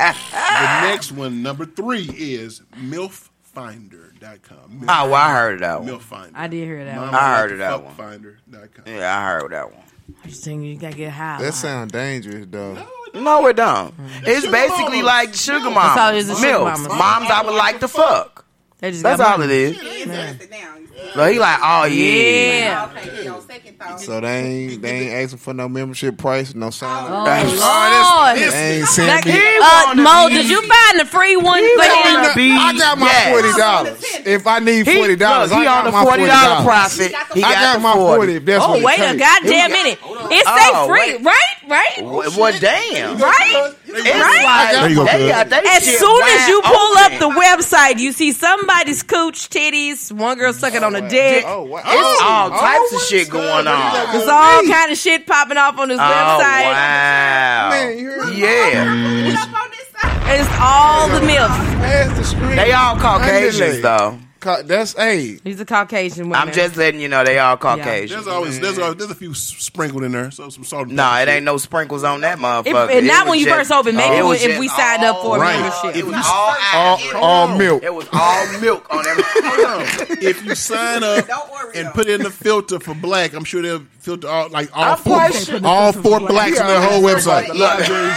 Speaker 3: next one, number three, is milffinder.com. Milf,
Speaker 5: Oh, I heard that one.
Speaker 3: Milf Finder.
Speaker 4: I did hear that
Speaker 3: Mama
Speaker 4: one.
Speaker 5: I heard
Speaker 3: like
Speaker 5: that
Speaker 3: fuck
Speaker 5: one.
Speaker 3: Finder.com.
Speaker 5: Yeah, I heard that one.
Speaker 4: Interesting. You gotta get high.
Speaker 7: That sound dangerous, though.
Speaker 5: No, it don't.
Speaker 7: Mm.
Speaker 5: It's basically
Speaker 3: mamas.
Speaker 5: like sugar
Speaker 3: That's
Speaker 5: mamas.
Speaker 4: all it is, is sugar
Speaker 5: Milfs.
Speaker 4: mamas.
Speaker 5: Moms I would like to fuck.
Speaker 4: They just
Speaker 5: That's
Speaker 4: got
Speaker 5: all it
Speaker 4: money.
Speaker 5: is.
Speaker 6: Yeah.
Speaker 5: So he like, oh yeah.
Speaker 4: Yeah.
Speaker 6: Okay, you know, second thought.
Speaker 7: So they ain't they ain't asking for no membership price, no sign up.
Speaker 4: Oh, Lord.
Speaker 7: They ain't sending
Speaker 4: Like,
Speaker 7: me.
Speaker 4: uh, Mo, did you find the free one for
Speaker 5: wanna
Speaker 4: him?
Speaker 5: be-
Speaker 7: I got my
Speaker 5: Yes.
Speaker 7: forty dollars. If I need
Speaker 5: He-
Speaker 7: forty dollars,
Speaker 5: look,
Speaker 7: I
Speaker 5: He
Speaker 7: got
Speaker 5: on the
Speaker 7: my
Speaker 5: forty
Speaker 7: forty
Speaker 5: dollar
Speaker 7: dollars.
Speaker 5: profit.
Speaker 7: I
Speaker 5: He
Speaker 7: got,
Speaker 5: the
Speaker 7: my forty. If that's
Speaker 4: Oh,
Speaker 7: what
Speaker 4: wait
Speaker 7: it
Speaker 4: a
Speaker 7: take.
Speaker 4: goddamn minute. It
Speaker 5: Oh,
Speaker 4: say free,
Speaker 5: wait.
Speaker 4: right? Right?
Speaker 5: Well, well, damn.
Speaker 4: Right?
Speaker 5: It's like,
Speaker 7: There you go,
Speaker 5: they
Speaker 7: cuz.
Speaker 5: got that
Speaker 4: As
Speaker 5: shit
Speaker 4: soon as
Speaker 5: wide
Speaker 4: you pull up
Speaker 5: open.
Speaker 4: the website, you see somebody's cooch, titties, one girl sucking on a dick.
Speaker 7: Oh, wow.
Speaker 5: it's all
Speaker 7: Oh,
Speaker 5: types of
Speaker 7: what's
Speaker 5: shit going on.
Speaker 4: There's all kind of shit popping off on this
Speaker 5: Oh
Speaker 4: website.
Speaker 5: wow!
Speaker 7: Man, you heard
Speaker 5: yeah,
Speaker 6: Pull up on this side.
Speaker 4: It's all the milfs.
Speaker 7: Pass the screen.
Speaker 5: they all Caucasians
Speaker 7: Underlay.
Speaker 5: though.
Speaker 7: Ca- That's hey.
Speaker 4: These are Caucasian women.
Speaker 5: I'm just letting you know they all Caucasians.
Speaker 3: There's always there's always, there's a few s- sprinkled in there, so some salt. and
Speaker 5: Nah, it
Speaker 3: pepper.
Speaker 5: ain't no sprinkles on that
Speaker 4: If,
Speaker 5: motherfucker.
Speaker 4: and
Speaker 5: It
Speaker 4: not
Speaker 5: was
Speaker 4: when you
Speaker 5: just-
Speaker 4: first open. Maybe
Speaker 5: it was
Speaker 4: if
Speaker 5: just
Speaker 4: we signed up for a
Speaker 5: all-
Speaker 4: membership.
Speaker 5: It was all,
Speaker 7: All, all milk.
Speaker 5: It was all milk on
Speaker 4: Oh,
Speaker 5: that.
Speaker 3: if you sign up
Speaker 6: Don't worry,
Speaker 3: and
Speaker 6: though.
Speaker 3: put in the filter for black, I'm sure they'll filter all like all
Speaker 5: I'm
Speaker 3: four
Speaker 5: quite sure
Speaker 3: all four blacks on the whole website.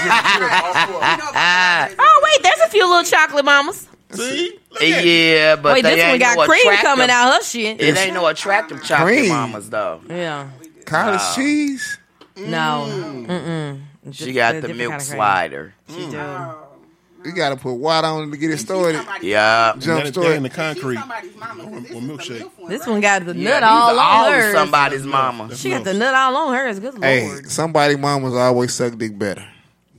Speaker 6: You know, about
Speaker 4: Oh, wait, there's a few little chocolate mamas.
Speaker 3: See, Look at it.
Speaker 5: yeah, but
Speaker 4: Wait,
Speaker 5: they
Speaker 4: this one
Speaker 5: ain't
Speaker 4: got
Speaker 5: no
Speaker 4: cream
Speaker 5: attractive-
Speaker 4: coming out her shit.
Speaker 5: It ain't no attractive chocolate
Speaker 7: Cream.
Speaker 5: mamas though.
Speaker 4: yeah.
Speaker 7: Cottage cheese.
Speaker 4: No. Mm-mm.
Speaker 5: Mm. She got
Speaker 4: It's a
Speaker 5: the
Speaker 4: different
Speaker 5: milk
Speaker 4: kind of cream.
Speaker 5: slider.
Speaker 4: She do.
Speaker 7: You gotta put water on it to get it started.
Speaker 6: somebody-
Speaker 5: Yeah.
Speaker 7: Jump
Speaker 3: That
Speaker 7: story.
Speaker 3: thing in the concrete.
Speaker 6: She's somebody's mama. 'cause This
Speaker 3: Or
Speaker 6: is the
Speaker 3: milkshake.
Speaker 6: milk one,
Speaker 4: This
Speaker 6: right?
Speaker 4: one got the
Speaker 5: Yeah,
Speaker 4: nut
Speaker 5: these
Speaker 4: all
Speaker 5: are all
Speaker 4: on her.
Speaker 5: somebody's mama.
Speaker 4: She got the nut all on hers. Good
Speaker 7: Hey,
Speaker 4: lord.
Speaker 7: somebody mamas always suck dick better.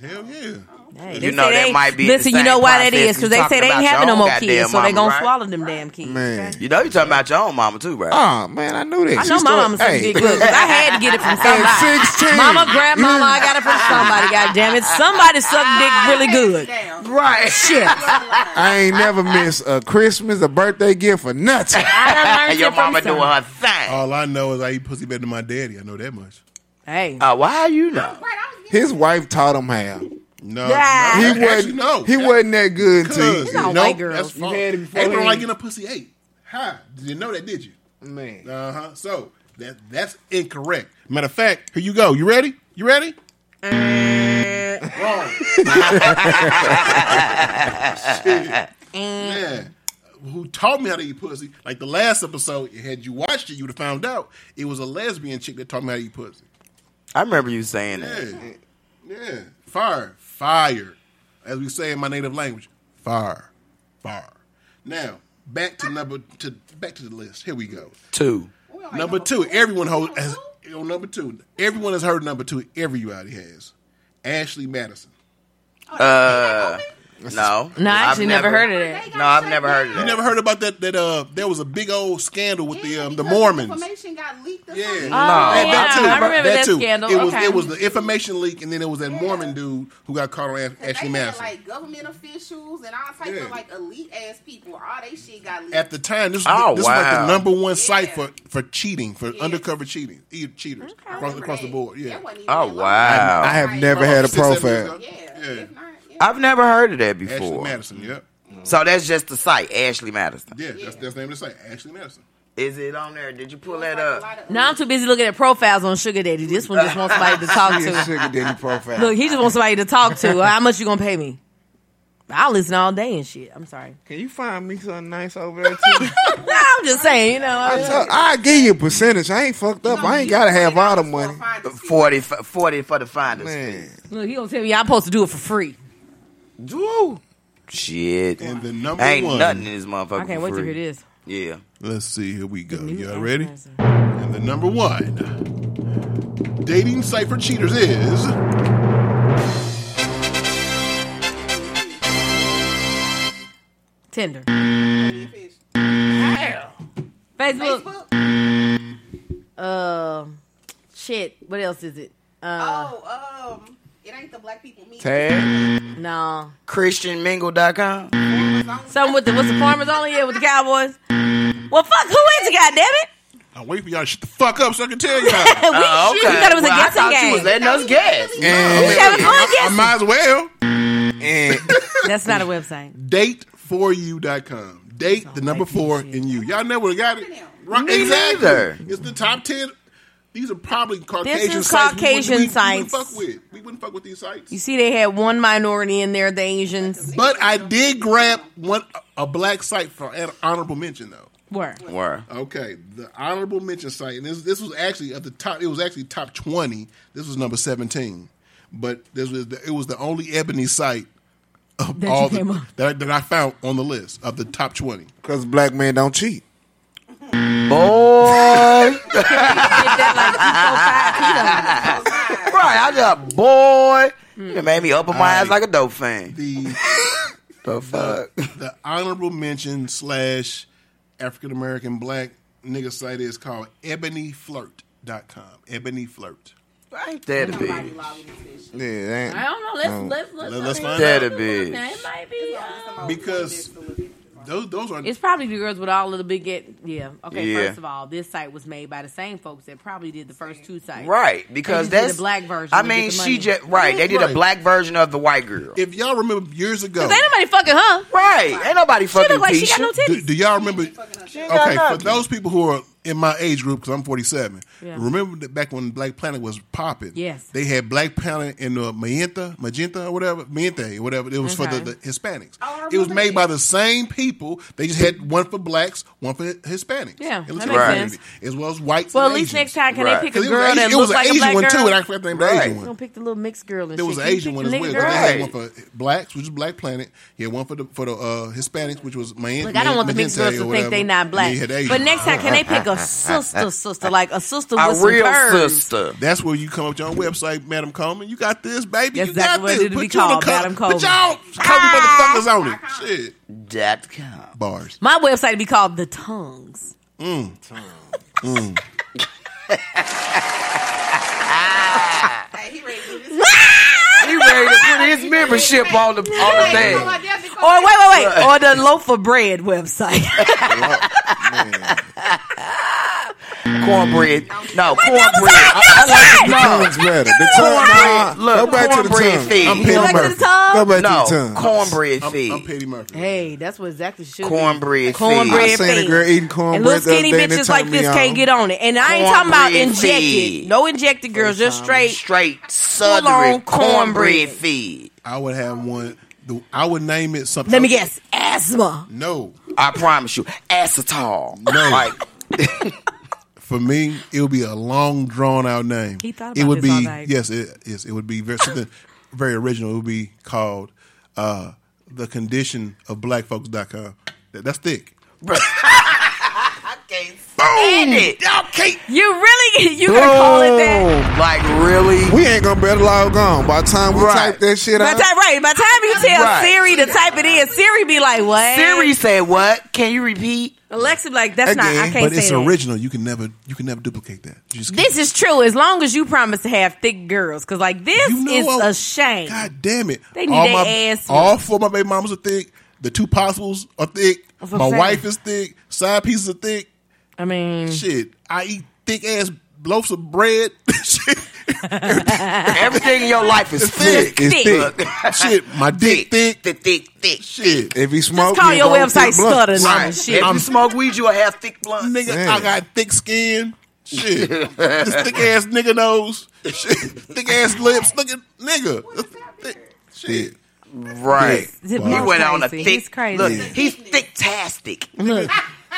Speaker 3: Hell yeah.
Speaker 4: Hey,
Speaker 5: You
Speaker 4: they
Speaker 5: know
Speaker 4: say
Speaker 5: that
Speaker 4: they-
Speaker 5: might be
Speaker 4: Listen,
Speaker 5: the
Speaker 4: you know
Speaker 5: same
Speaker 4: why that
Speaker 5: process
Speaker 4: is
Speaker 5: you
Speaker 4: because they say they
Speaker 5: talking
Speaker 4: ain't
Speaker 5: about
Speaker 4: having no
Speaker 5: your
Speaker 4: more
Speaker 5: own
Speaker 4: kids,
Speaker 5: goddamn
Speaker 4: so they
Speaker 5: mama,
Speaker 4: gonna
Speaker 5: right?
Speaker 4: swallow them damn kids.
Speaker 7: Man.
Speaker 5: You know you talking about your own mama too, right?
Speaker 7: Oh man, I knew that.
Speaker 4: I know my mama said good 'cause I had to get it from somebody.
Speaker 7: At 16.
Speaker 4: Mama, grandmama, I got it from somebody. God damn it, somebody sucked dick really good.
Speaker 6: Down.
Speaker 5: right. Shit.
Speaker 7: I ain't never miss a Christmas, a birthday gift, for nothing.
Speaker 4: I done learned
Speaker 5: And your
Speaker 4: it from
Speaker 5: mama doing
Speaker 4: somebody.
Speaker 5: her thing.
Speaker 3: All I know is I eat pussy better than my daddy. I know that much.
Speaker 4: Hey,
Speaker 5: Uh, why you know?
Speaker 6: Right, I was
Speaker 7: His wife taught him how.
Speaker 3: No,
Speaker 4: Yeah.
Speaker 3: no,
Speaker 7: He
Speaker 3: actually,
Speaker 7: wasn't.
Speaker 3: no.
Speaker 7: He wasn't that good to
Speaker 3: Cuz,
Speaker 4: He's all
Speaker 3: nope,
Speaker 4: white girls.
Speaker 3: That's
Speaker 4: You
Speaker 3: fun.
Speaker 7: had it before
Speaker 3: Ain't no
Speaker 7: him.
Speaker 3: like getting a pussy eight. Hi, did you know that? Did you?
Speaker 7: you. Man,
Speaker 3: Uh huh. So that that's incorrect. Matter of fact, here you go. You ready? You ready? Wrong. Shit. Man, who taught me how to eat pussy? Like the last episode, had you watched it, you would have found out it was a lesbian chick that taught me how to eat pussy.
Speaker 5: I remember you saying that.
Speaker 3: Yeah, yeah. Fire, fire. As we say in my native language, fire, fire. Now back to number to back to the list. Here we go.
Speaker 5: Two.
Speaker 3: Number two, everyone holds. Has, on on number two. Everyone has heard number two. Everybody has. Ashley Madison.
Speaker 5: No,
Speaker 4: No, I actually never, heard of that.
Speaker 5: No, I've never heard of
Speaker 3: You
Speaker 5: that.
Speaker 3: never heard about that? That uh, there was a big old scandal with the um the Mormons.
Speaker 6: Information Oh, got leaked. Or
Speaker 3: Yeah,
Speaker 6: something.
Speaker 3: no, that, that
Speaker 4: yeah,
Speaker 3: too.
Speaker 4: I remember that
Speaker 3: too.
Speaker 4: scandal.
Speaker 3: It was
Speaker 4: Okay.
Speaker 3: it was the information leak, and then it was that Mormon dude who got caught on Ash-
Speaker 6: They
Speaker 3: Ashley
Speaker 6: had,
Speaker 3: Madison.
Speaker 6: like government officials and all types
Speaker 3: Yeah.
Speaker 6: of like elite ass people. All they shit got leaked.
Speaker 3: At the time, this,
Speaker 5: Oh,
Speaker 3: was this was like
Speaker 5: wow.
Speaker 3: the number one site
Speaker 6: Yeah.
Speaker 3: for, for cheating, for undercover cheating, e- cheaters
Speaker 6: I
Speaker 3: across,
Speaker 6: remember
Speaker 3: across the
Speaker 6: that.
Speaker 3: board. Yeah,
Speaker 6: That wasn't even
Speaker 5: Oh
Speaker 6: that long
Speaker 5: wow,
Speaker 7: I have
Speaker 6: Right.
Speaker 7: never had a
Speaker 3: Six, seven years ago.
Speaker 7: profile.
Speaker 6: ago. Yeah,
Speaker 3: Yeah.
Speaker 6: if not, yeah.
Speaker 5: I've never heard of that
Speaker 3: Ashley
Speaker 5: before.
Speaker 3: Madison. Yep.
Speaker 5: So that's just the site, Ashley Madison.
Speaker 3: Yeah, that's that's the name of the site, Ashley Madison.
Speaker 5: Is it on there? Did you pull that
Speaker 6: It's like a
Speaker 5: up?
Speaker 6: lot of-
Speaker 4: Now I'm too busy looking at profiles on Sugar Daddy. This one just wants somebody to talk
Speaker 7: She a
Speaker 4: to.
Speaker 7: sugar daddy profile.
Speaker 4: Look, he just wants somebody to talk to. How much you gonna pay me? I'll listen all day and shit. I'm sorry.
Speaker 7: Can you find me something nice over there too?
Speaker 4: No, I'm just saying, you know. I was-
Speaker 7: I give you a percentage. I ain't fucked up. I ain't gotta have all the money.
Speaker 6: Find this shit.
Speaker 5: 40, f- 40 for the finders.
Speaker 7: Man,
Speaker 4: Look, he gonna tell me I'm supposed to do it for free.
Speaker 5: Woo. Shit.
Speaker 3: And the number
Speaker 5: Ain't
Speaker 3: one.
Speaker 5: nothing in this motherfucker.
Speaker 4: I can't
Speaker 5: for
Speaker 4: wait to
Speaker 5: free.
Speaker 4: hear this.
Speaker 5: Yeah.
Speaker 3: Let's see. Here we go.
Speaker 4: New
Speaker 3: Y'all ready?
Speaker 4: influencer.
Speaker 3: And the number one dating site for cheaters is
Speaker 4: Tinder,
Speaker 6: Fish.
Speaker 4: Facebook,
Speaker 6: Facebook.
Speaker 4: uh, shit. What else is it? Uh,
Speaker 6: Oh, um, it ain't the black people meet.
Speaker 7: tag.
Speaker 4: no,
Speaker 5: ChristianMingle.com.
Speaker 4: something with the what's the farmers only? Yeah, with the Cowboys. Well, fuck, who is it? Goddamn it!
Speaker 3: I'm waiting for y'all to shut the fuck up so I can tell y'all.
Speaker 4: We,
Speaker 5: Oh, okay.
Speaker 4: we thought it was
Speaker 5: well,
Speaker 4: a
Speaker 5: I
Speaker 4: guessing
Speaker 5: thought you
Speaker 4: game.
Speaker 5: was letting us guess.
Speaker 7: And,
Speaker 4: That was one
Speaker 3: I might as well.
Speaker 4: guessing.
Speaker 7: and
Speaker 4: That's not a website.
Speaker 3: Date4you.com. Date the number four in you. Y'all never would've got it. Right,
Speaker 5: Me neither.
Speaker 3: It's the top ten. These are probably Caucasian
Speaker 4: is
Speaker 3: sites.
Speaker 4: Caucasian
Speaker 3: we, wouldn't- we,
Speaker 4: sites.
Speaker 3: We wouldn't fuck with. We wouldn't fuck with these sites.
Speaker 4: You see, they had one minority in there, the Asians.
Speaker 3: But I did grab one a black site for an honorable mention though.
Speaker 4: Were
Speaker 5: Where?
Speaker 3: Okay, the honorable mention site, and this this was actually at the top. It was actually top twenty. This was number seventeen, but this was the, it was the only ebony site of
Speaker 4: That you
Speaker 3: all the-
Speaker 4: came up.
Speaker 3: that that I found on the list of the top twenty.
Speaker 7: because black men don't cheat.
Speaker 5: Boy.
Speaker 6: Five.
Speaker 5: right. I just, boy. You made me open my eyes like a dope fan.
Speaker 3: The
Speaker 5: The fuck?
Speaker 3: the honorable mention slash African American black nigga site is called ebonyflirt.com. Ebony Flirt.
Speaker 5: Ain't that a
Speaker 6: Somebody
Speaker 5: bitch?
Speaker 6: log into this shit.
Speaker 7: Yeah, that
Speaker 4: I
Speaker 7: ain't-
Speaker 4: don't know. Let's let's let's,
Speaker 3: Let's find
Speaker 5: That a
Speaker 3: out.
Speaker 4: Now,
Speaker 5: bitch.
Speaker 4: it might be. uh,
Speaker 3: Because those those are
Speaker 4: It's probably the girls with all of the big get. Yeah. Okay.
Speaker 5: Yeah.
Speaker 4: First of all, this site was made by the same folks that probably did the first two sites.
Speaker 5: Right, because
Speaker 4: They just did
Speaker 5: that's
Speaker 4: a black version
Speaker 5: I
Speaker 4: to get
Speaker 5: mean,
Speaker 4: the
Speaker 5: she
Speaker 4: money.
Speaker 5: just right. They did a
Speaker 3: Right.
Speaker 5: black version of the white girl.
Speaker 3: if y'all remember years ago.
Speaker 4: Ain't nobody fucking her.
Speaker 5: Right, ain't nobody
Speaker 4: She
Speaker 5: fucking
Speaker 4: look like she
Speaker 5: Keisha.
Speaker 4: got no
Speaker 3: do,
Speaker 4: titties.
Speaker 3: do y'all remember?
Speaker 5: got
Speaker 3: Okay, for
Speaker 5: nothing.
Speaker 3: those people who are in my age group, because I'm 47,
Speaker 4: Yeah.
Speaker 3: remember that back when Black Planet was popping?
Speaker 4: Yes.
Speaker 3: They had Black Planet and uh, Magenta, Magenta or whatever, Miente or whatever. It was
Speaker 4: Okay.
Speaker 3: for the, the Hispanics.
Speaker 6: Oh, I remember
Speaker 3: it was made
Speaker 6: that.
Speaker 3: by the same people. They just had one for blacks, one for Hispanics.
Speaker 4: Yeah,
Speaker 3: And
Speaker 4: that
Speaker 3: Latino
Speaker 4: makes
Speaker 5: Right.
Speaker 3: community, As well as whites.
Speaker 4: Well, at
Speaker 3: and
Speaker 4: least next
Speaker 3: Asians.
Speaker 4: time, can
Speaker 5: Right.
Speaker 4: they pick
Speaker 3: 'Cause
Speaker 4: a
Speaker 3: it was
Speaker 4: girl
Speaker 3: an Asian-
Speaker 4: that
Speaker 3: it was
Speaker 4: looks
Speaker 3: an
Speaker 4: like a
Speaker 3: Asian
Speaker 4: black
Speaker 3: one
Speaker 4: girl?
Speaker 3: too, and I forgot the name of the Asian
Speaker 5: Right.
Speaker 3: one.
Speaker 4: Gonna pick the little mixed girl and
Speaker 3: There
Speaker 4: shit.
Speaker 3: was an
Speaker 4: Can you
Speaker 3: Asian
Speaker 4: pick
Speaker 3: one
Speaker 4: the
Speaker 3: as well.
Speaker 4: nigga
Speaker 3: They
Speaker 4: girl?
Speaker 3: had
Speaker 5: Right.
Speaker 3: one for blacks, which is Black Planet. You had one for the for the uh, Hispanics, which was Miami.
Speaker 4: Look, I don't want the mixed girls to think they not black. But next time, can they pick a sister, sister, like a sister with
Speaker 5: A
Speaker 4: some
Speaker 5: real
Speaker 4: curves?
Speaker 5: sister.
Speaker 3: That's where you come up with your own website, Madam Coleman. You got this, baby.
Speaker 4: That's
Speaker 3: you got
Speaker 4: exactly what
Speaker 3: this.
Speaker 4: it'd
Speaker 3: Put
Speaker 4: be
Speaker 3: you on the
Speaker 4: called,
Speaker 3: cover.
Speaker 4: Madam Coleman.
Speaker 3: Put y'all
Speaker 4: Ah!
Speaker 3: cover motherfuckers on it. Shit.
Speaker 5: Dot com.
Speaker 3: Bars.
Speaker 4: My website would be called The Tongues.
Speaker 6: Hey, he ready to do this.
Speaker 5: He ready to put his membership on the on the
Speaker 6: Hey, come
Speaker 5: thing.
Speaker 6: on, Deb, because-
Speaker 5: Oh,
Speaker 4: Or wait, wait, wait. Or the Loaf of Bread website.
Speaker 5: Cornbread. No, cornbread. I, I like
Speaker 7: tongue's better. The tongue, nah,
Speaker 5: Look,
Speaker 7: go back to the
Speaker 5: cornbread
Speaker 7: tongue.
Speaker 5: feed.
Speaker 7: I'm
Speaker 5: Go
Speaker 7: Petty
Speaker 4: back to the
Speaker 7: Murphy.
Speaker 4: tongue?
Speaker 7: Go
Speaker 5: the
Speaker 7: back to the
Speaker 5: No,
Speaker 7: tongue.
Speaker 5: cornbread
Speaker 3: I'm,
Speaker 5: feed.
Speaker 3: I'm Petty Murphy.
Speaker 4: hey, that's what exactly should be.
Speaker 5: cornbread feed.
Speaker 4: Cornbread
Speaker 7: I seen a
Speaker 4: feed.
Speaker 7: girl eating cornbread
Speaker 4: And little
Speaker 7: the other
Speaker 4: skinny
Speaker 7: day and it
Speaker 4: bitches
Speaker 7: turned
Speaker 4: like this
Speaker 7: me
Speaker 4: can't
Speaker 7: on.
Speaker 4: get on it. And I ain't talking about
Speaker 5: Cornbread
Speaker 4: injected.
Speaker 5: feed.
Speaker 4: No injected girls, just straight.
Speaker 5: Straight
Speaker 4: Full-on
Speaker 5: southern
Speaker 4: cornbread.
Speaker 5: cornbread feed.
Speaker 3: I would have one. The, I would name it something.
Speaker 4: Let me guess. Asthma.
Speaker 3: No,
Speaker 5: I promise you. Acetol.
Speaker 3: No.
Speaker 5: Like,
Speaker 3: for me, it would be a long, drawn out name.
Speaker 4: He thought
Speaker 3: it
Speaker 4: about
Speaker 3: would
Speaker 4: this
Speaker 3: be
Speaker 4: all night.
Speaker 3: yes, it, yes, it would be very, something very original. It would be called uh, the condition of blackfolks.com. That, that's thick.
Speaker 5: I can't
Speaker 6: Yes.
Speaker 5: End it.
Speaker 7: Y'all can't.
Speaker 4: You really you gonna call it that?
Speaker 5: Like really?
Speaker 7: We ain't gonna better log on by the time we
Speaker 5: Right.
Speaker 7: type that shit
Speaker 4: By
Speaker 7: out.
Speaker 4: the time right, by the time you tell
Speaker 5: Right.
Speaker 4: Siri to type it in, Siri be like, "What?"
Speaker 5: Siri said what? Can you repeat?
Speaker 4: Alexa be like, "That's not. I
Speaker 7: Again,
Speaker 4: can't
Speaker 3: But
Speaker 4: say
Speaker 3: it's
Speaker 4: that."
Speaker 3: original. You can never you can never duplicate that. You just can't.
Speaker 4: This is true as long as you promise to have thick girls, because like this
Speaker 3: You know
Speaker 4: is
Speaker 3: what?
Speaker 4: a shame.
Speaker 3: God damn it.
Speaker 4: They need
Speaker 3: all
Speaker 4: they
Speaker 3: my,
Speaker 4: ass
Speaker 3: All four of my baby mamas are thick. The two possibles are thick.
Speaker 4: That's what
Speaker 3: My
Speaker 4: I'm saying.
Speaker 3: wife is thick. Side pieces are thick.
Speaker 4: I mean,
Speaker 3: Shit. I eat thick ass loaves of bread. Shit.
Speaker 5: Everything in your life is thick.
Speaker 7: It's
Speaker 4: thick.
Speaker 7: thick.
Speaker 3: Shit. My dick thick.
Speaker 5: Thick, thick, thick.
Speaker 3: Shit.
Speaker 7: If he smoke,
Speaker 4: call
Speaker 7: he
Speaker 4: your
Speaker 7: gonna
Speaker 4: website
Speaker 7: get blunt.
Speaker 4: stutters
Speaker 5: Right.
Speaker 4: and shit.
Speaker 5: If you smoke weed, you'll have thick blunts.
Speaker 3: Nigga,
Speaker 7: Man.
Speaker 3: I got thick skin. Shit. this thick ass nigga nose. Shit. Thick ass lips. Look at nigga. Thick. Shit.
Speaker 5: Right.
Speaker 4: He
Speaker 5: He went on a thick.
Speaker 4: He's crazy.
Speaker 5: Look, he's thick-tastic.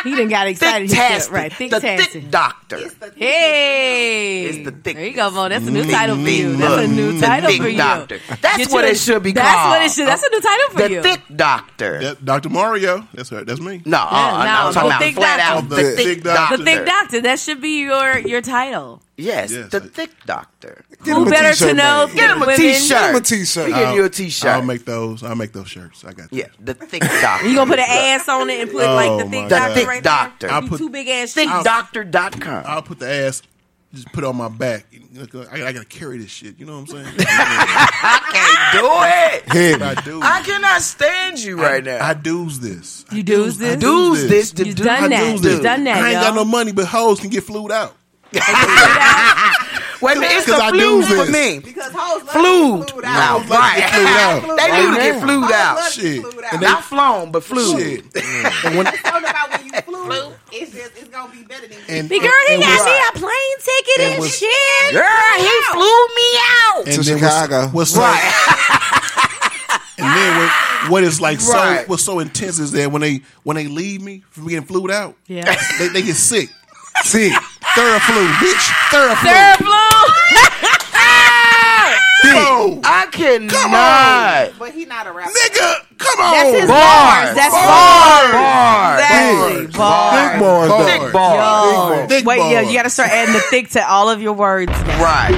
Speaker 4: He done got excited. himself.
Speaker 5: Thick-tastic.
Speaker 4: Right, thick
Speaker 5: the
Speaker 4: tastic.
Speaker 5: thick doctor.
Speaker 4: Hey,
Speaker 5: It's the thick-
Speaker 4: There you go, Mo. That's a new title for
Speaker 5: thick
Speaker 4: you. That's a
Speaker 5: look.
Speaker 4: new
Speaker 5: The
Speaker 4: title
Speaker 5: thick
Speaker 4: for you.
Speaker 5: doctor. That's
Speaker 4: Get
Speaker 5: what
Speaker 4: you a-
Speaker 5: it should be
Speaker 4: That's
Speaker 5: called.
Speaker 4: what it should. That's a new title for
Speaker 5: The
Speaker 4: you.
Speaker 5: thick doctor.
Speaker 3: That, Dr. Mario. That's her. That's me.
Speaker 5: no, uh, uh,
Speaker 4: no,
Speaker 5: I'm
Speaker 4: the
Speaker 5: talking
Speaker 4: thick
Speaker 5: about flat
Speaker 4: doctor.
Speaker 5: out. The,
Speaker 3: The
Speaker 5: thick
Speaker 3: thick
Speaker 5: doctor.
Speaker 3: doctor.
Speaker 4: the thick doctor. That should be your your title.
Speaker 5: Yes,
Speaker 3: Yes,
Speaker 5: the
Speaker 3: I-
Speaker 5: thick doctor.
Speaker 7: Get him
Speaker 4: Who
Speaker 7: a
Speaker 4: better to
Speaker 7: t-shirt
Speaker 4: know?
Speaker 7: made.
Speaker 5: Get him a
Speaker 4: women?
Speaker 5: t-shirt.
Speaker 7: Get him a t-shirt.
Speaker 5: We give you a t-shirt.
Speaker 3: I'll make those. I'll make those shirts. I got.
Speaker 5: yeah,
Speaker 3: those.
Speaker 5: the thick doctor.
Speaker 4: You gonna put an ass on it and put like the
Speaker 3: Oh,
Speaker 4: thick
Speaker 3: my
Speaker 4: doctor
Speaker 5: God.
Speaker 4: right
Speaker 5: Doctor.
Speaker 4: there?
Speaker 5: I'll
Speaker 4: You
Speaker 3: put-
Speaker 4: two big ass thick
Speaker 5: thickdoctor.com.
Speaker 3: I'll put the ass. Just put it on my back. I, I gotta carry this shit. You know what I'm saying?
Speaker 5: I can't do it.
Speaker 7: Heavy.
Speaker 3: I do.
Speaker 5: I cannot stand you right now.
Speaker 3: I do's this.
Speaker 4: You do's
Speaker 3: I
Speaker 4: this?
Speaker 5: Dudes,
Speaker 3: do
Speaker 5: this,
Speaker 3: this.
Speaker 5: the
Speaker 4: You've
Speaker 5: dude-
Speaker 4: done
Speaker 5: I
Speaker 4: that.
Speaker 5: do
Speaker 4: You've
Speaker 5: this.
Speaker 4: done that.
Speaker 3: I ain't got
Speaker 4: yo.
Speaker 3: no money, but hoes can get flued out.
Speaker 5: Wait a minute, it's
Speaker 3: 'Cause
Speaker 5: the
Speaker 3: I
Speaker 5: flu
Speaker 3: do
Speaker 5: for
Speaker 3: this.
Speaker 5: me.
Speaker 6: Because hoes love
Speaker 5: Flued.
Speaker 6: to get flued
Speaker 5: Now,
Speaker 6: out.
Speaker 3: Hoes love to get flued
Speaker 5: right.
Speaker 3: out.
Speaker 5: They need to get
Speaker 7: now.
Speaker 5: flued
Speaker 6: Hoes
Speaker 5: out.
Speaker 6: love to get
Speaker 3: Shit.
Speaker 6: flued out.
Speaker 3: And they-
Speaker 5: Not flown, but flued.
Speaker 3: Shit. and when,
Speaker 6: It's all about when you flew. It's just it's gonna be better than
Speaker 3: and,
Speaker 4: Big girl, he
Speaker 3: and
Speaker 4: got
Speaker 3: what's-
Speaker 4: me a plane ticket
Speaker 3: And
Speaker 4: and,
Speaker 3: was-
Speaker 4: shit.
Speaker 5: Girl, he flew me out.
Speaker 3: and
Speaker 7: To
Speaker 3: then what's-
Speaker 7: Chicago.
Speaker 3: What's,
Speaker 5: Right.
Speaker 3: so, and then what, what is like so
Speaker 5: Right.
Speaker 3: what's so intense is that when they when they leave me from getting flued out,
Speaker 4: Yeah.
Speaker 3: they, they get sick.
Speaker 7: See,
Speaker 3: Third flu, bitch. Third flu.
Speaker 4: Third blue.
Speaker 3: Boom.
Speaker 5: I cannot.
Speaker 6: But he not a rapper.
Speaker 3: Nigga, come on.
Speaker 4: That's his bars. That's
Speaker 5: bars.
Speaker 4: Exactly. Bars.
Speaker 7: big bars though.
Speaker 5: Thick bars.
Speaker 4: Oh,
Speaker 3: Thick
Speaker 4: wait, yeah,
Speaker 3: bars.
Speaker 4: you gotta start adding the thick to all of your words. now.
Speaker 5: Right.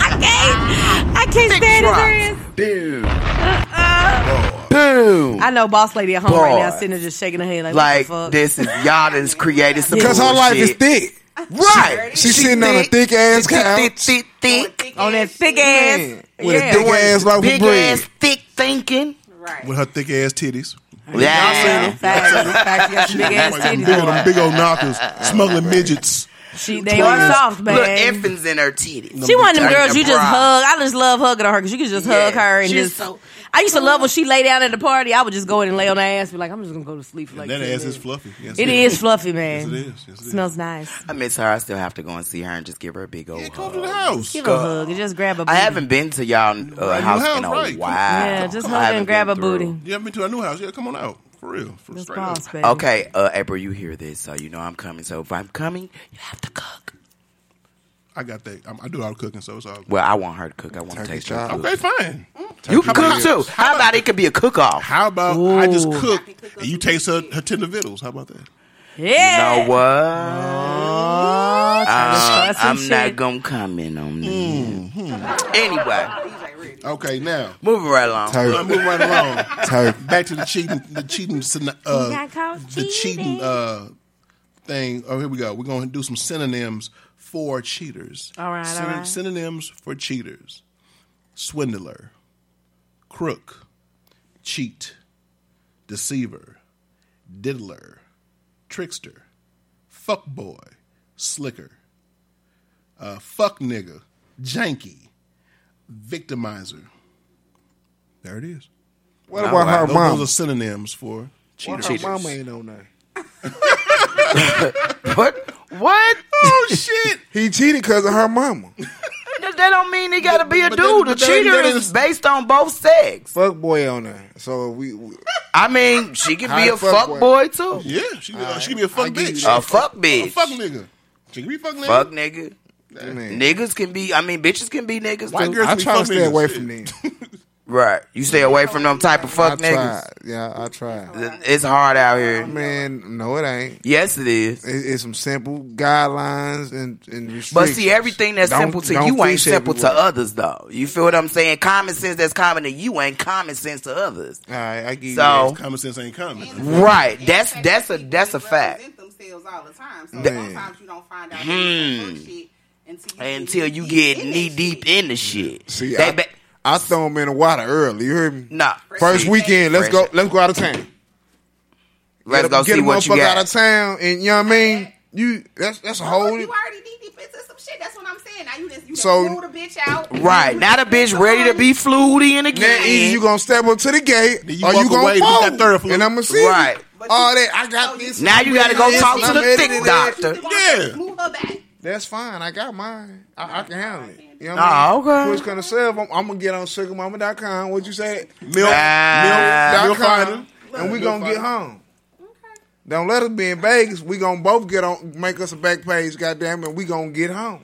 Speaker 4: I can't, I can't stand his
Speaker 5: drops.
Speaker 4: ass.
Speaker 5: Dude. Boom.
Speaker 4: I know, boss lady at home right now
Speaker 5: Bars.
Speaker 4: sitting there just shaking her head like, what
Speaker 5: Like
Speaker 4: the fuck?
Speaker 5: this is y'all done created some
Speaker 7: Because her life is
Speaker 5: bullshit.
Speaker 7: thick.
Speaker 5: Right.
Speaker 7: She's sitting on a thick ass
Speaker 5: Thick,
Speaker 7: couch
Speaker 5: thick, thick, thick.
Speaker 6: Thick
Speaker 4: on Oh, that
Speaker 6: ass
Speaker 4: thick
Speaker 6: shit.
Speaker 4: ass.
Speaker 7: with
Speaker 4: yeah.
Speaker 7: a thick ass loaf of
Speaker 5: Big
Speaker 7: bread.
Speaker 5: ass, thick thinking.
Speaker 6: Right.
Speaker 3: With her thick ass titties.
Speaker 5: Yeah.
Speaker 4: Yeah, facts. Facts, you got some big ass
Speaker 3: Like them
Speaker 4: titties.
Speaker 3: big, old- them big old knockers, smuggling midgets.
Speaker 4: She, they are soft,
Speaker 5: Little
Speaker 4: man.
Speaker 5: infants in her titties.
Speaker 4: She one of them
Speaker 5: Like
Speaker 4: girls
Speaker 5: a
Speaker 4: you just
Speaker 5: bra.
Speaker 4: hug. I just love hugging on her because you can just
Speaker 5: Yeah.
Speaker 4: hug her and
Speaker 5: She's
Speaker 4: just.
Speaker 5: so-
Speaker 4: I used to love when she lay down at the party. I would just go in and lay on her ass, be like, I'm just gonna go to sleep for like.
Speaker 3: that
Speaker 4: 10
Speaker 3: ass is
Speaker 4: minutes.
Speaker 3: fluffy. Yes,
Speaker 4: It is fluffy, man.
Speaker 3: Yes, it is. Yes, it is.
Speaker 4: Smells nice.
Speaker 5: I miss her. I still have to go and see her and just give her a big old
Speaker 3: Yeah, come to
Speaker 5: hug.
Speaker 3: the house.
Speaker 4: Give her a hug and just grab a. Booty.
Speaker 5: I haven't been to y'all uh, house in a
Speaker 3: right.
Speaker 5: while.
Speaker 4: Yeah, just
Speaker 5: I
Speaker 4: hug
Speaker 5: haven't
Speaker 4: and grab
Speaker 5: been
Speaker 4: a booty.
Speaker 3: You ever been to our new house? Yeah, come on out. For real. For
Speaker 4: Just
Speaker 3: straight up.
Speaker 4: boss, baby.
Speaker 5: through. Okay, uh, April, you hear this, so you know I'm coming. So if I'm coming, you have to cook.
Speaker 3: I got that. I'm, I do all the cooking, so it's all
Speaker 5: Well, I want her to cook. I want to
Speaker 7: Turkey
Speaker 5: taste her.
Speaker 7: chop.
Speaker 5: food.
Speaker 3: Okay, fine.
Speaker 5: You can
Speaker 3: How
Speaker 5: cook
Speaker 3: about-
Speaker 5: too. How about it could be a cook off?
Speaker 3: How about I just
Speaker 4: Ooh.
Speaker 3: cook and you taste her, her tender vittles? How about that?
Speaker 5: You
Speaker 4: Yeah.
Speaker 5: know what?
Speaker 4: Uh,
Speaker 5: Um,
Speaker 4: some
Speaker 5: I'm not
Speaker 4: shit.
Speaker 5: gonna comment on that. Anyway,
Speaker 6: DJ Reedy.
Speaker 3: Okay, now.
Speaker 5: moving right along.
Speaker 3: I'm moving right along.
Speaker 7: Turkey.
Speaker 3: Back to the cheating, the cheating, syn- uh, the cheating uh, thing. Oh, here we go. We're going to do some synonyms for cheaters.
Speaker 4: All right, all right.
Speaker 3: Synonyms for cheaters: swindler, crook, cheat, deceiver, diddler, trickster, fuckboy, slicker, uh, fuck nigga, janky, victimizer. There it is.
Speaker 7: What about her
Speaker 3: Those,
Speaker 7: mama?
Speaker 3: those are synonyms for cheaters.
Speaker 7: Her mama ain't on there.
Speaker 5: What? What?
Speaker 3: Oh shit!
Speaker 7: He cheated because of her mama.
Speaker 5: That that don't mean it gotta be a
Speaker 3: But- but that-
Speaker 5: dude. A
Speaker 3: but that-
Speaker 5: cheater
Speaker 3: that
Speaker 5: is
Speaker 3: is-
Speaker 5: based on both sex.
Speaker 7: Fuck boy on there. So we, we
Speaker 5: I mean, she could
Speaker 7: How
Speaker 5: be
Speaker 7: the
Speaker 5: a
Speaker 7: fuck
Speaker 5: fuck
Speaker 7: work?
Speaker 5: boy too.
Speaker 3: Yeah, she, uh, she can be a fuck
Speaker 7: I give you
Speaker 3: bitch.
Speaker 7: that.
Speaker 5: A fuck
Speaker 3: A
Speaker 5: bitch.
Speaker 3: fuck nigga. She can be a fuck nigga.
Speaker 5: Fuck nigga.
Speaker 7: man,
Speaker 5: Niggas can be. I mean, bitches can be niggas
Speaker 3: White
Speaker 5: too.
Speaker 3: girls-
Speaker 7: I try to
Speaker 3: fuck
Speaker 7: stay away
Speaker 3: niggas.
Speaker 7: from them.
Speaker 5: Right. You stay away from them type of
Speaker 7: I
Speaker 5: fuck
Speaker 7: tried.
Speaker 5: niggas.
Speaker 7: Yeah, I tried.
Speaker 5: It's hard out here.
Speaker 7: Man, no, it ain't.
Speaker 5: Yes, it is.
Speaker 7: It- It's some simple guidelines and, and restrictions.
Speaker 5: But see, everything that's
Speaker 7: Don't-
Speaker 5: simple to
Speaker 7: don't
Speaker 5: you ain't
Speaker 7: fish
Speaker 5: simple to
Speaker 7: everywhere.
Speaker 5: others, though. You feel what I'm saying? Common sense that's common to you ain't common sense to others.
Speaker 7: All right, I get
Speaker 5: So-
Speaker 7: you.
Speaker 3: Common sense ain't common.
Speaker 5: Right. That's
Speaker 6: And
Speaker 5: that's a
Speaker 6: people
Speaker 5: that's a fact.
Speaker 6: represent Themselves all the time. So
Speaker 7: That-
Speaker 6: sometimes you don't find out
Speaker 5: Hmm.
Speaker 6: that shit until you,
Speaker 5: Until you get knee deep in the shit.
Speaker 7: See,
Speaker 5: They
Speaker 7: I,
Speaker 5: ba-
Speaker 7: I throw them in the water early. You heard me?
Speaker 5: Nah.
Speaker 7: First
Speaker 5: See,
Speaker 7: weekend, let's go.
Speaker 5: fresh-
Speaker 7: Let's go out of town.
Speaker 5: Let's
Speaker 7: get
Speaker 5: go
Speaker 7: a, get
Speaker 5: see
Speaker 7: a
Speaker 5: what you
Speaker 7: motherfucker
Speaker 5: got.
Speaker 7: out of town, and you know what I mean. You that's that's a
Speaker 6: Hold
Speaker 7: whole.
Speaker 6: you already knee deep into some shit. That's what I'm saying. Now you just you
Speaker 7: So-
Speaker 6: so, pull the bitch out.
Speaker 5: Right. Now the bitch ready to be fluty in the
Speaker 7: Now either you
Speaker 5: game.
Speaker 7: gonna step up to the gate,
Speaker 3: Then you
Speaker 7: or
Speaker 3: walk
Speaker 7: you gonna
Speaker 3: away, you
Speaker 7: fold,
Speaker 3: got third foot.
Speaker 7: and I'm gonna see
Speaker 5: Right.
Speaker 6: But
Speaker 7: all
Speaker 6: you-
Speaker 7: that. I got
Speaker 6: Oh,
Speaker 7: this.
Speaker 6: you-
Speaker 5: Now you gotta go
Speaker 7: This,
Speaker 5: talk to
Speaker 7: I'm
Speaker 5: the
Speaker 7: editing
Speaker 5: thick
Speaker 7: it.
Speaker 5: doctor.
Speaker 3: Yeah.
Speaker 6: Move her back.
Speaker 7: That's fine. I got mine. I, I can handle it. You know what I
Speaker 5: Nah,
Speaker 7: mean?
Speaker 5: okay.
Speaker 7: Push gonna serve. I'm, I'm gonna get on sugarmama.com. What you say?
Speaker 3: Milk,
Speaker 5: Ah.
Speaker 3: milk, milk,
Speaker 7: .com,
Speaker 3: fighter.
Speaker 7: and we
Speaker 3: Milk
Speaker 7: gonna get
Speaker 3: fighter.
Speaker 7: home. Don't let us be in Vegas. We gonna both get on, make us a back page, goddamn, and we gonna get home.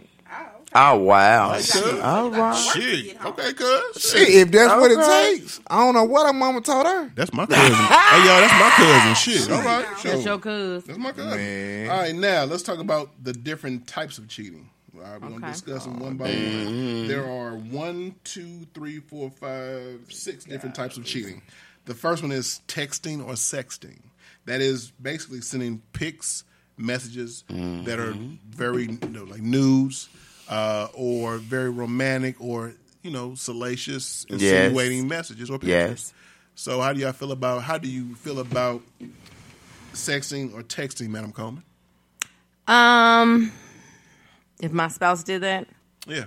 Speaker 5: Oh wow.
Speaker 3: Shit.
Speaker 5: All right.
Speaker 3: Shit. Okay, cuz.
Speaker 7: Shit, if that's what
Speaker 5: Okay.
Speaker 7: it takes. I don't know what her mama told her.
Speaker 3: That's my cousin. hey, y'all, that's my cousin. Shit. All right.
Speaker 4: That's your cuz.
Speaker 3: That's my cousin.
Speaker 7: Man.
Speaker 3: All right, now let's talk about the different types of cheating. All right, we're
Speaker 4: Okay.
Speaker 3: gonna discuss them one by one. There are one, two, three, four, five, six different types of cheating. The first one is texting or sexting. That is basically sending pics, messages that are very you know, like nudes uh, or very romantic or you know salacious,
Speaker 5: Yes.
Speaker 3: insinuating messages or pictures.
Speaker 5: Yes.
Speaker 3: So how do y'all feel about how do you feel about sexting or texting, Madam Coleman?
Speaker 4: Um, if my spouse did that,
Speaker 3: Yeah.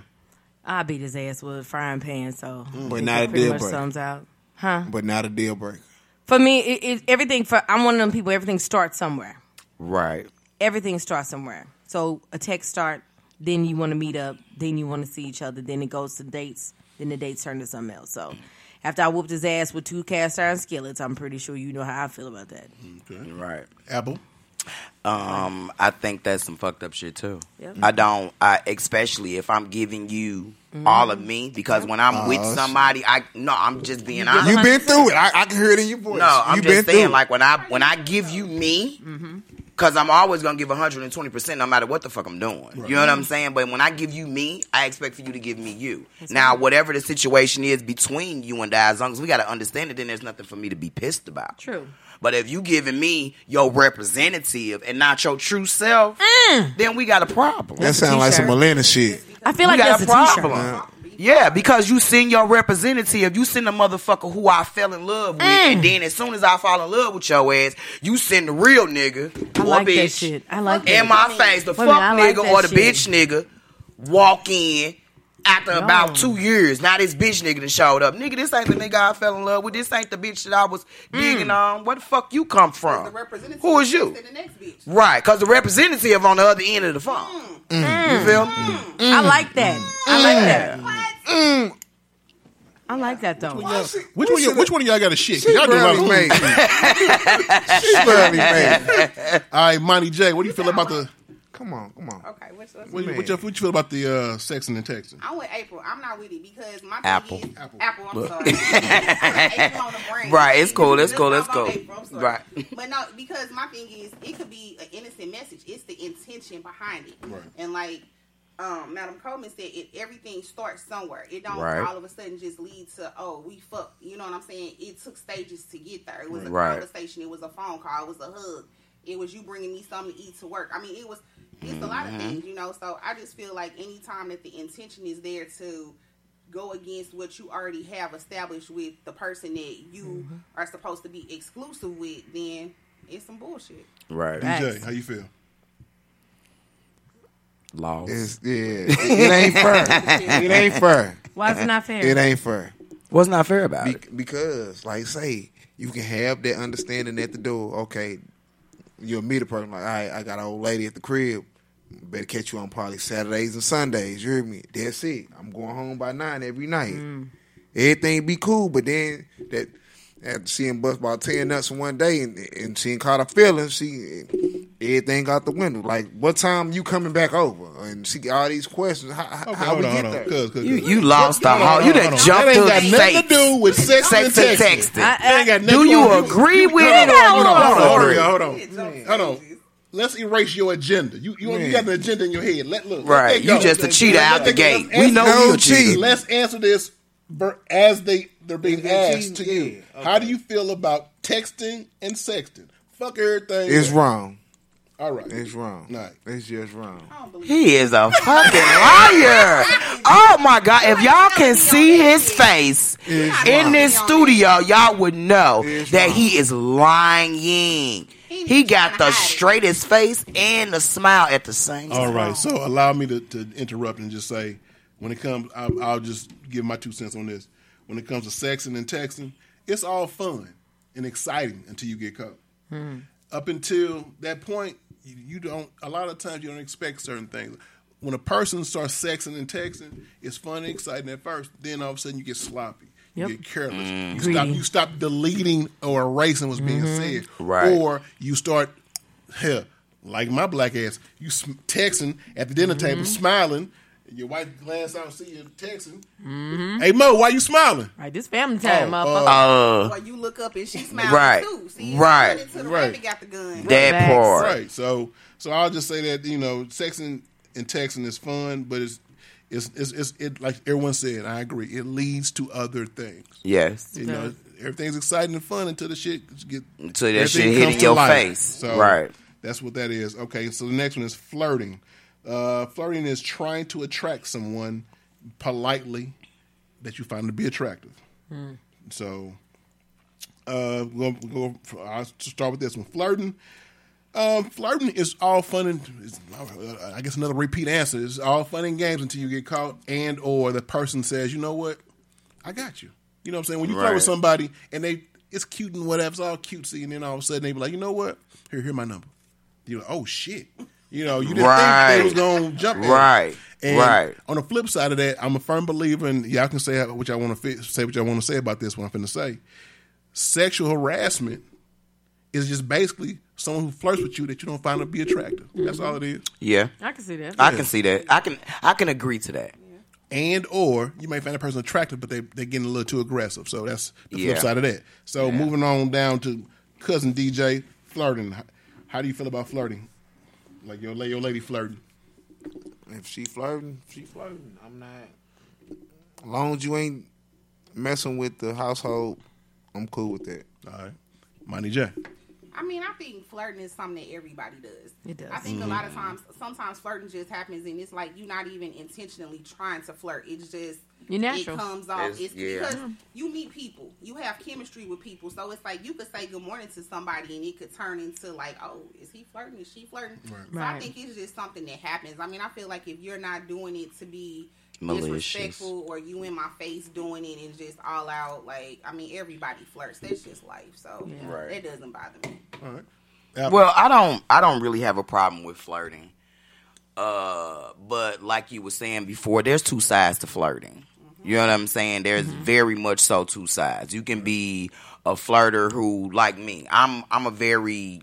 Speaker 4: I beat his ass with a frying pan. So,
Speaker 7: But
Speaker 4: it
Speaker 7: not a
Speaker 4: pretty
Speaker 7: deal
Speaker 4: much
Speaker 7: breaker.
Speaker 4: sums out.
Speaker 7: But not a deal breaker.
Speaker 4: For me, it, it, everything. For I'm one of them people. Everything starts somewhere.
Speaker 5: Right.
Speaker 4: everything starts somewhere. So a text start, then you want to meet up, then you want to see each other, then it goes to dates, then the dates turn to something else. So after I whooped his ass with two cast iron skillets, I'm pretty sure you know how I feel about that.
Speaker 5: Right.
Speaker 3: Apple.
Speaker 5: Um, I think that's some fucked up shit too.
Speaker 4: Yep.
Speaker 5: I don't. I especially if I'm giving you
Speaker 4: Mm-hmm.
Speaker 5: all of me because when I'm with
Speaker 7: Oh, shit.
Speaker 5: somebody, I no, I'm just being honest.
Speaker 7: You've been through it. I, I can hear it in your voice.
Speaker 5: no, I'm
Speaker 7: You've
Speaker 5: just
Speaker 7: been through
Speaker 5: saying
Speaker 7: it.
Speaker 5: like when I when I give you me.
Speaker 4: Mm-hmm.
Speaker 5: Cause I'm always gonna give 120 percent no matter what the fuck I'm doing. You know what I'm saying? But when I give you me, I expect for you to give me you. now, whatever the situation is between you and I, as long as we gotta understand it, then there's nothing for me to be pissed about.
Speaker 4: True.
Speaker 5: But if you giving me your representative and not your true self, then we got a problem.
Speaker 7: that sounds like some
Speaker 4: T-shirt.
Speaker 7: Atlanta shit.
Speaker 4: Mm. I feel like
Speaker 5: we got
Speaker 4: that's
Speaker 5: a
Speaker 4: a t-shirt.
Speaker 5: problem. Yeah, because you send your representative, you send a motherfucker who I fell in love with,
Speaker 4: Mm.
Speaker 5: and then as soon as I fall in love with your ass, you send the real nigga
Speaker 4: I
Speaker 5: or
Speaker 4: like
Speaker 5: bitch
Speaker 4: that shit. I like that.
Speaker 5: in my face, the
Speaker 4: Wait a
Speaker 5: fuck
Speaker 4: minute, I like
Speaker 5: nigga
Speaker 4: that
Speaker 5: or the
Speaker 4: shit.
Speaker 5: bitch nigga walk in after about two years. Now this bitch nigga done showed up. Nigga, this ain't the nigga I fell in love with. This ain't the bitch that I was
Speaker 4: Mm.
Speaker 5: digging on. Where the fuck you come
Speaker 6: The
Speaker 5: from?
Speaker 6: representative
Speaker 5: Who is you?
Speaker 6: To the next bitch.
Speaker 5: Right, because the representative on the other end of the phone.
Speaker 6: Mm.
Speaker 5: You feel me?
Speaker 4: I like that. I like that. I like that though.
Speaker 3: Which one? y'all- Which one of y'all got a shit? 'Cause
Speaker 7: She
Speaker 3: Y'all do a lot
Speaker 7: barely
Speaker 3: of
Speaker 7: made
Speaker 3: made.
Speaker 7: it. She barely made it.
Speaker 3: All right, Monty J. What do you feel about the?
Speaker 7: Come on, come on.
Speaker 6: Okay, what's, what's
Speaker 3: What,
Speaker 7: Man.
Speaker 3: what, you, what you feel about the uh, sexing and texting?
Speaker 6: I'm with April. I'm not with it because my
Speaker 5: Apple.
Speaker 6: Thing is,
Speaker 3: Apple.
Speaker 6: Apple. I'm sorry. April on the brain.
Speaker 5: Right, it's cool, it's cool,
Speaker 6: Let's
Speaker 5: it's
Speaker 6: talk about
Speaker 5: cool.
Speaker 6: April, I'm sorry.
Speaker 5: Right.
Speaker 6: But no, because my thing is, it could be an innocent message. It's the intention behind it.
Speaker 3: Right.
Speaker 6: And like um, Madam Coleman said, it everything starts somewhere. It don't
Speaker 5: Right.
Speaker 6: all of a sudden just lead to oh we fuck. You know what I'm saying? It took stages to get there. It was a
Speaker 5: Right.
Speaker 6: conversation. It was a phone call. It was a hug. It was you bringing me something to eat to work. I mean, it was it's a lot of
Speaker 5: Mm-hmm.
Speaker 6: things, you know. So I just feel like any time that the intention is there to go against what you already have established with the person that you are supposed to be exclusive with, then it's some bullshit.
Speaker 5: Right.
Speaker 3: Jay,
Speaker 4: Facts.
Speaker 3: how you feel?
Speaker 5: Laws.
Speaker 7: It's, yeah, it ain't fair. It ain't fair.
Speaker 4: Why is it not fair?
Speaker 7: It ain't fair.
Speaker 5: What's not fair about
Speaker 7: Be- because, like, say you can have that understanding at the door. Okay, you'll meet a person like, all right, I got an old lady at the crib. Better catch you on probably Saturdays and Sundays. You hear me? That's it. I'm going home by nine every night. Everything be cool, but then that after seeing bust about ten nuts in one day and, and seeing caught her feelings, she everything out the window. Like, what time you coming back over? And she got all these questions. How, how-
Speaker 3: Okay,
Speaker 7: how
Speaker 3: hold
Speaker 7: we
Speaker 3: on,
Speaker 7: get
Speaker 3: hold on.
Speaker 7: there?
Speaker 3: Cause, cause,
Speaker 5: You, you lost the
Speaker 3: Uh-huh.
Speaker 5: whole. You done
Speaker 3: That
Speaker 5: jumped
Speaker 3: ain't
Speaker 5: through the
Speaker 3: got nothing to do
Speaker 5: safe.
Speaker 3: with sex,
Speaker 5: Sex and texting.
Speaker 4: I-
Speaker 3: Ain't got nothing
Speaker 5: Do
Speaker 3: to do
Speaker 5: you
Speaker 3: with-
Speaker 5: agree with
Speaker 3: Hold
Speaker 5: it
Speaker 3: on,
Speaker 5: or
Speaker 3: hold
Speaker 5: you
Speaker 3: on, hold
Speaker 5: don't
Speaker 3: on,
Speaker 5: agree?
Speaker 3: Hold on, hold on. Hold on. Let's erase your agenda. You you, you got an agenda in your head. Let look. let
Speaker 5: Right,
Speaker 3: that
Speaker 5: you
Speaker 3: go.
Speaker 5: just a cheater
Speaker 3: Let
Speaker 5: out
Speaker 3: that go.
Speaker 5: the gate.
Speaker 3: Let's
Speaker 5: We
Speaker 3: answer-
Speaker 5: know
Speaker 7: No
Speaker 5: you a
Speaker 7: cheating.
Speaker 5: cheater.
Speaker 3: Let's answer this ver- as they they're being
Speaker 7: They're
Speaker 3: asked to
Speaker 7: cheating,
Speaker 3: you.
Speaker 7: yeah,
Speaker 3: How do you feel about texting and sexting? Fuck everything.
Speaker 7: It's wrong.
Speaker 3: All right.
Speaker 7: It's wrong.
Speaker 3: Nah.
Speaker 7: It's just wrong.
Speaker 5: He is a fucking liar. Oh my god! If y'all can see his face in this studio, y'all would know that he is lying. He got the straightest face and the smile at the same time.
Speaker 3: All right. So allow me to, to interrupt and just say, when it comes, I, I'll just give my two cents on this. When it comes to sexing and texting, it's all fun and exciting until you get caught. Up until that point, you, you don't. A lot of times, you don't expect certain things. When a person starts sexing and texting, it's fun and exciting at first. Then all of a sudden, you get sloppy. You
Speaker 4: Yep.
Speaker 3: get careless. You stop. You stop deleting or erasing what's being said,
Speaker 5: Right.
Speaker 3: or you start hell, like my black ass, you sm- texting at the dinner table, smiling. and Your wife glance out and see you texting. Hey Mo, why you smiling?
Speaker 4: Right, this family time,
Speaker 3: Oh,
Speaker 4: motherfucker.
Speaker 6: Or you look up and she smiles
Speaker 5: Uh, Right.
Speaker 6: too. See,
Speaker 5: Right.
Speaker 6: Until the
Speaker 3: Right.
Speaker 6: rabbit got the gun.
Speaker 5: That
Speaker 4: Facts.
Speaker 5: part.
Speaker 3: Right. So, so I'll just say that you know, sexing and texting is fun, but it's it's it's, it's it like everyone said. I agree. It leads to other things.
Speaker 5: Yes.
Speaker 3: You know, everything's exciting and fun until the shit get
Speaker 5: Until that
Speaker 3: everything
Speaker 5: shit hit
Speaker 3: comes
Speaker 5: in
Speaker 3: to
Speaker 5: your
Speaker 3: light.
Speaker 5: face. Right.
Speaker 3: That's what that is. Okay, so the next one is flirting. Uh, flirting is trying to attract someone politely that you find to be attractive. So, uh, we'll, we'll go. I'll start with this one. Flirting. Um, flirting is all fun and it's, I guess another repeat answer is all fun and games until you get caught and or the person says, you know what, I got you. You know what I'm saying? When you flirt with
Speaker 5: Right.
Speaker 3: somebody and they it's cute and whatever, it's all cutesy, and then all of a sudden they be like, you know what? Here, here my number. You're like, oh shit. You know, you didn't think
Speaker 5: Right.
Speaker 3: it was gonna jump. at it.
Speaker 5: Right.
Speaker 3: And
Speaker 5: Right.
Speaker 3: on the flip side of that, I'm a firm believer, and y'all can say what y'all want to say what y'all want to say about this. What I'm finna say, sexual harassment is just basically someone who flirts with you that you don't find to be attractive. That's
Speaker 5: Mm-hmm.
Speaker 3: all it is.
Speaker 5: Yeah.
Speaker 4: oh. I can see that.
Speaker 5: I can see that. I can I can agree to that.
Speaker 3: And or you may find a person attractive, but they they're getting a little too aggressive. So that's the flip
Speaker 5: Yeah.
Speaker 3: side of that. So moving on down to cousin DJ flirting. How, how do you feel about flirting? Like your la- your lady flirting.
Speaker 7: If she flirting, she flirting. I'm not. As long as you ain't messing with the household, I'm cool with that.
Speaker 3: All right, Monty J.
Speaker 6: I mean, I think flirting is something that everybody does.
Speaker 4: It does.
Speaker 6: I think a
Speaker 5: Mm-hmm.
Speaker 6: lot of times, sometimes flirting just happens, and it's like you're not even intentionally trying to flirt. It's just
Speaker 4: You're natural. Mm-hmm.
Speaker 6: It comes off.
Speaker 5: It's-
Speaker 6: It's,
Speaker 5: yeah.
Speaker 6: because you meet people, you have chemistry with people, so it's like you could say good morning to somebody, and it could turn into like, oh, is he flirting? Is she flirting? So I
Speaker 4: Right.
Speaker 6: think it's just something that happens. I mean, I feel like if you're not doing it to be
Speaker 5: Malicious.
Speaker 6: disrespectful or you in my face doing it and just all out like I mean everybody flirts that's just life so
Speaker 5: Right.
Speaker 6: that doesn't bother me
Speaker 3: All right. Apple.
Speaker 5: Well, I don't I don't really have a problem with flirting. Uh, but like you were saying before, there's two sides to flirting. You know what I'm saying? There's very much so two sides. You can be a flirter who like me. I'm I'm a very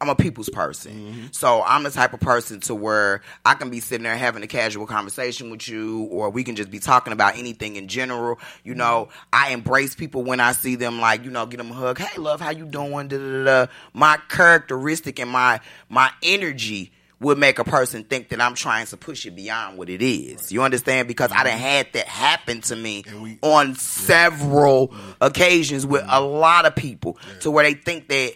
Speaker 5: I'm a people's person. So I'm the type of person to where I can be sitting there having a casual conversation with you, or we can just be talking about anything in general. You know, I embrace people when I see them, like, you know, get them a hug. Hey, love, how you doing? Da, da, da, da. My characteristic and my, my energy would make a person think that I'm trying to push it beyond what it is. You understand? Because I done had that happen to me on several occasions with a lot of people to where they think that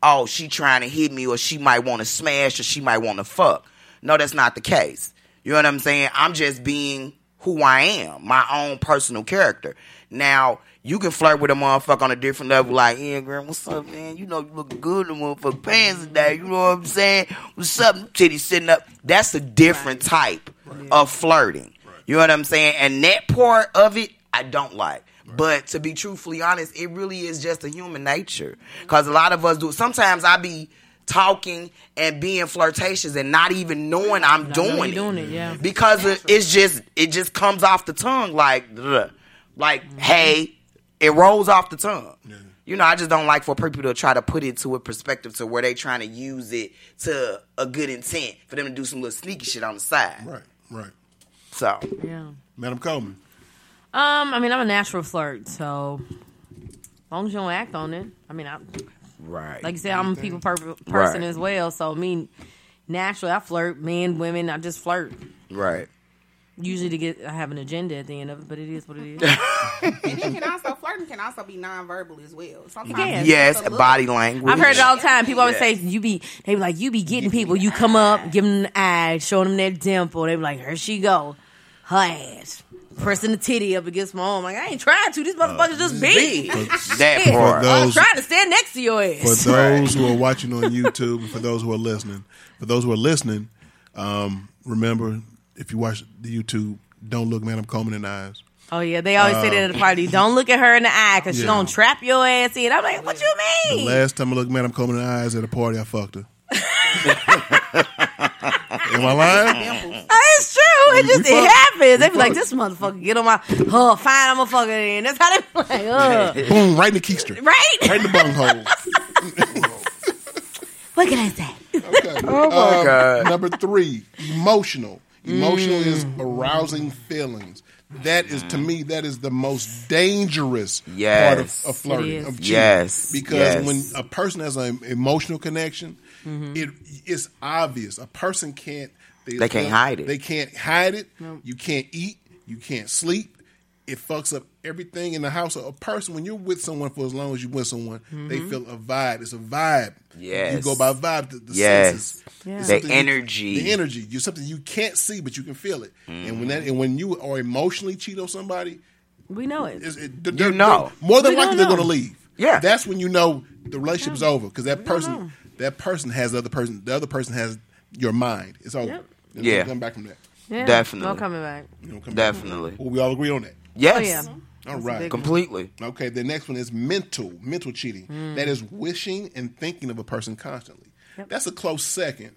Speaker 5: oh, she trying to hit me or she might want to smash or she might want to fuck. No, that's not the case. You know what I'm saying? I'm just being who I am, my own personal character. Now, you can flirt with a motherfucker on a different level, like, yeah, girl, what's up, man? You know you look good in the motherfucker pants today. You know what I'm saying? What's up, titty sitting up? That's a different type of flirting. You know what I'm saying? And that part of it, I don't like. But to be truthfully honest, it really is just a human nature. Because a lot of us do. Sometimes I be talking and being flirtatious and not even knowing I'm doing,
Speaker 4: you're
Speaker 5: it.
Speaker 4: doing it, yeah.
Speaker 5: Because it- it's just it just
Speaker 4: Mm-hmm.
Speaker 5: comes off the tongue like, bleh. like hey, it rolls off the tongue. you know, I just don't like for people to try to put it to a perspective to where they trying to use it to a good intent for them to do some little sneaky shit on the side.
Speaker 3: Right, right.
Speaker 5: So
Speaker 4: Yeah.
Speaker 3: Madam Coleman.
Speaker 4: Um, I mean, I'm a natural flirt, so as long as you don't act on it. I mean, I
Speaker 5: right,
Speaker 4: like you said, I'm a people per- person
Speaker 5: Right.
Speaker 4: as well. So, I mean, naturally, I flirt, men, women, I just flirt.
Speaker 5: right.
Speaker 4: Usually, to get I have an agenda at the end of it, but it is what it is.
Speaker 6: And it can also flirting can also be nonverbal as well. Sometimes
Speaker 4: can.
Speaker 6: it's
Speaker 5: Yes,
Speaker 6: just a look.
Speaker 5: body language.
Speaker 4: I've heard it all the time. People always
Speaker 5: Yeah.
Speaker 4: say you be they be like you be getting people. You come up, give them the eye, showing them that dimple. They be like, here she go, her ass. Pressing the titty up against my arm, like I ain't trying to. This motherfucker's just big.
Speaker 5: that
Speaker 4: Yeah.
Speaker 5: part.
Speaker 3: the-
Speaker 4: I'm
Speaker 3: Those-
Speaker 4: trying to stand next to your ass.
Speaker 3: For those who are watching on YouTube, and for those who are listening, for those who are listening, um, remember if you watch the YouTube, don't look Madam Coleman in the eyes.
Speaker 4: Oh yeah, they always say that at a party. Don't look at her in the eye because she
Speaker 3: Yeah.
Speaker 4: gonna trap your ass in. I'm like, what you
Speaker 3: The
Speaker 4: mean?
Speaker 3: last time I looked Madam Coleman in the eyes at a party, I fucked her. Am I lying?
Speaker 6: Dimples.
Speaker 4: Oh, it's true. It just
Speaker 5: Mm-hmm.
Speaker 3: We
Speaker 4: it
Speaker 3: fuck-
Speaker 4: happens. They be like, this motherfucker get on my oh fine, I'm a fucker then. That's how they be like, oh
Speaker 3: Boom! Right in the keister.
Speaker 4: right.
Speaker 3: Right in the bung hole.
Speaker 4: What can I say?
Speaker 3: Oh my
Speaker 5: God.
Speaker 3: Number three, emotional. Emotional is
Speaker 5: Mm.
Speaker 3: arousing feelings. That is to me that is the most dangerous part
Speaker 5: Yes.
Speaker 3: of, of
Speaker 4: It
Speaker 3: flirting
Speaker 4: is.
Speaker 3: of cheating.
Speaker 5: Yes,
Speaker 3: because
Speaker 5: yes. Mm-hmm.
Speaker 3: when a person has an emotional connection, it it's obvious. A person can't
Speaker 5: They can't hide it.
Speaker 3: They can't hide it. You can't eat. You can't sleep. It fucks up everything in the house. A person when you're with someone for as long as you with someone, they feel a vibe. It's a vibe. you
Speaker 5: Mm-hmm. Yes.
Speaker 3: go by vibe. The, the
Speaker 5: Yes.
Speaker 3: senses.
Speaker 4: Yeah.
Speaker 3: It's
Speaker 5: The
Speaker 3: something you-
Speaker 5: energy.
Speaker 3: the energy. You something you can't see, but you can feel it. And when that, and when you are emotionally cheat on somebody,
Speaker 4: We know it.
Speaker 3: it's, it, they're- they're-
Speaker 5: know.
Speaker 3: more than
Speaker 4: We
Speaker 3: likely
Speaker 4: don't
Speaker 3: they're going to
Speaker 4: know.
Speaker 3: leave.
Speaker 5: Yeah.
Speaker 3: that's when you know the relationship is over because that
Speaker 4: know.
Speaker 3: person, that person has the other person. The other person has your mind. It's over.
Speaker 4: Yep.
Speaker 3: There's no
Speaker 5: Yeah.
Speaker 3: coming back from that.
Speaker 4: Yeah,
Speaker 5: Definitely.
Speaker 4: No coming back.
Speaker 3: You know, coming back from
Speaker 5: Definitely.
Speaker 3: that. Well, we all agree on that.
Speaker 4: Oh
Speaker 5: Yes.
Speaker 4: yeah.
Speaker 3: All right.
Speaker 4: big
Speaker 5: Completely.
Speaker 3: Okay, the next one is mental, mental cheating.
Speaker 4: Mm.
Speaker 3: That is wishing and thinking of a person constantly. That's a close second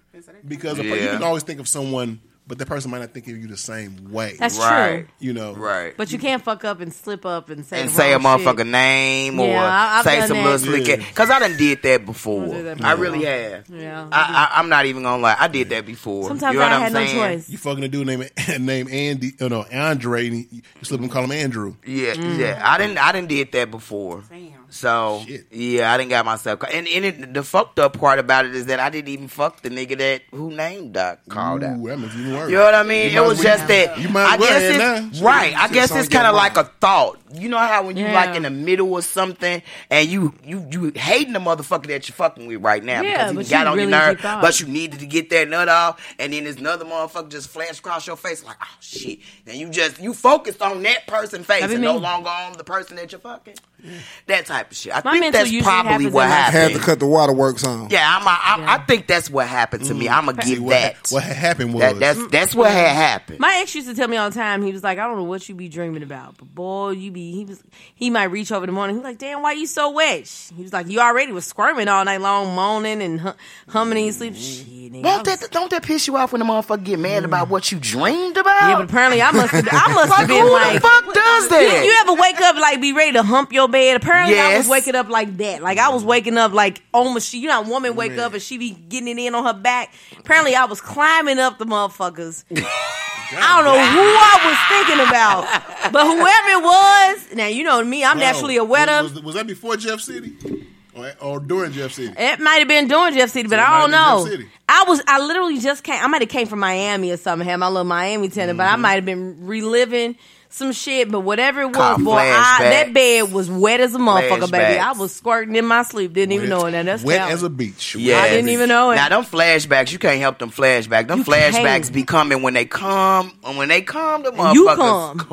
Speaker 3: because a per- you
Speaker 5: Yeah.
Speaker 3: can always think of someone, but that person might not think of you the same way.
Speaker 4: That's
Speaker 5: Right.
Speaker 4: true.
Speaker 3: you know,
Speaker 5: Right.
Speaker 4: But you can't fuck up and slip up and say
Speaker 5: and
Speaker 4: the
Speaker 5: say a
Speaker 4: wrong
Speaker 5: motherfucker
Speaker 4: shit.
Speaker 5: name or
Speaker 4: Yeah, I- I've
Speaker 5: say
Speaker 4: done
Speaker 5: some
Speaker 4: that.
Speaker 5: little slick
Speaker 3: Yeah.
Speaker 5: Cause I done did that before.
Speaker 4: I done did that
Speaker 5: I
Speaker 4: before.
Speaker 5: really have.
Speaker 4: Yeah.
Speaker 5: I, I, I'm not even gonna lie. I did that before.
Speaker 4: Sometimes
Speaker 5: you know
Speaker 4: I
Speaker 5: what
Speaker 4: had
Speaker 5: I'm
Speaker 4: no
Speaker 5: saying?
Speaker 4: choice.
Speaker 3: You fucking a dude named named Andy, oh no, Andre. And you you slip and call him Andrew.
Speaker 5: Yeah,
Speaker 4: Mm.
Speaker 5: yeah. I didn't. I didn't did that before.
Speaker 6: Damn.
Speaker 5: So
Speaker 3: Shit.
Speaker 5: yeah, I didn't got myself. ca- And and it, the fucked up part about it is that I didn't even fuck the nigga that who named Doc called out.
Speaker 3: Ooh, that makes even worse.
Speaker 5: You know what I mean?
Speaker 3: You might
Speaker 5: it was
Speaker 3: as well-
Speaker 5: just that.
Speaker 3: you might as
Speaker 5: I
Speaker 3: well
Speaker 5: guess
Speaker 3: have
Speaker 5: it's,
Speaker 3: none.
Speaker 5: right. I
Speaker 7: Shit,
Speaker 5: guess
Speaker 7: so
Speaker 5: it's
Speaker 7: get
Speaker 5: kind of like a
Speaker 7: right.
Speaker 5: thought. You know how when you
Speaker 4: Yeah.
Speaker 5: like in the middle of something and you you you hating the motherfucker that you're fucking with right now
Speaker 4: Yeah,
Speaker 5: because
Speaker 4: but
Speaker 5: he got
Speaker 4: you
Speaker 5: on
Speaker 4: really
Speaker 5: your nerve,
Speaker 4: deep out.
Speaker 5: but you needed to get that nut off, and then this another motherfucker just flashed across your face like, oh shit. And you just you focused on that person's face
Speaker 4: be
Speaker 5: and no
Speaker 4: me.
Speaker 5: longer on the person that you're fucking. That type of shit. I
Speaker 4: My
Speaker 5: think
Speaker 4: mental
Speaker 5: that's
Speaker 4: usually
Speaker 5: probably
Speaker 4: happens
Speaker 5: what
Speaker 4: in my-
Speaker 5: happened.
Speaker 7: Had to cut the waterworks on.
Speaker 5: Yeah, I'm, I, I,
Speaker 4: Yeah.
Speaker 5: I think that's what happened to me. I'm gonna give
Speaker 3: Mm. What,
Speaker 5: that.
Speaker 3: ha- what had happened was
Speaker 5: that
Speaker 4: Mm,
Speaker 5: that's that's what had happened.
Speaker 4: My ex used to tell me all the time. He was like, "I don't know what you be dreaming about, but boy, you be." He was. He might reach over in the morning. He was like, "Damn, why you so wet?" He was like, "You already was squirming all night long, moaning and hum- humming in your sleep."
Speaker 5: Mm-hmm.
Speaker 4: Shit, nigga, I
Speaker 5: Won't
Speaker 4: was-
Speaker 5: that don't that piss you off when the motherfucker get mad about what you dreamed about?
Speaker 4: Mm. yeah, but apparently I must. have I must have
Speaker 5: like,
Speaker 4: been
Speaker 5: who the
Speaker 4: like.
Speaker 5: fuck does
Speaker 4: You,
Speaker 5: that?
Speaker 4: you ever wake up like be ready to hump your bed? Apparently, I was
Speaker 5: Yes.
Speaker 4: waking up like that. Like I was waking up like on she. You know, a woman wake up and she be getting it in on her back. Apparently, I was climbing up the motherfuckers. I don't know who I was thinking about, but whoever it was, now you know me. I'm
Speaker 3: Wow.
Speaker 4: naturally a wetter.
Speaker 3: Was, was, was that before Jeff City or, or during Jeff City?
Speaker 4: It might have been doing Jeff City, but
Speaker 3: it
Speaker 4: I don't
Speaker 3: might have been
Speaker 4: know.
Speaker 3: Jeff City.
Speaker 4: I was I literally just came. I might have came from Miami or something. Had my little Miami tenant,
Speaker 3: Mm-hmm.
Speaker 4: but I might have been reliving some shit. But whatever it was,
Speaker 5: Caught
Speaker 4: boy, I, that
Speaker 5: flashbacks.
Speaker 4: bed was wet as a motherfucker, baby.
Speaker 5: Flashbacks.
Speaker 4: I was squirting in my sleep. Didn't even know it. Now that's
Speaker 3: wet
Speaker 4: valid.
Speaker 3: as a beach. Wet
Speaker 5: Yes.
Speaker 3: as a
Speaker 4: didn't
Speaker 3: beach.
Speaker 4: even know it.
Speaker 5: Now them flashbacks, you can't help them flashbacks. Them
Speaker 4: You
Speaker 5: flashbacks
Speaker 4: can't.
Speaker 5: be coming when they come, and when they come, the motherfuckers
Speaker 4: you Mm.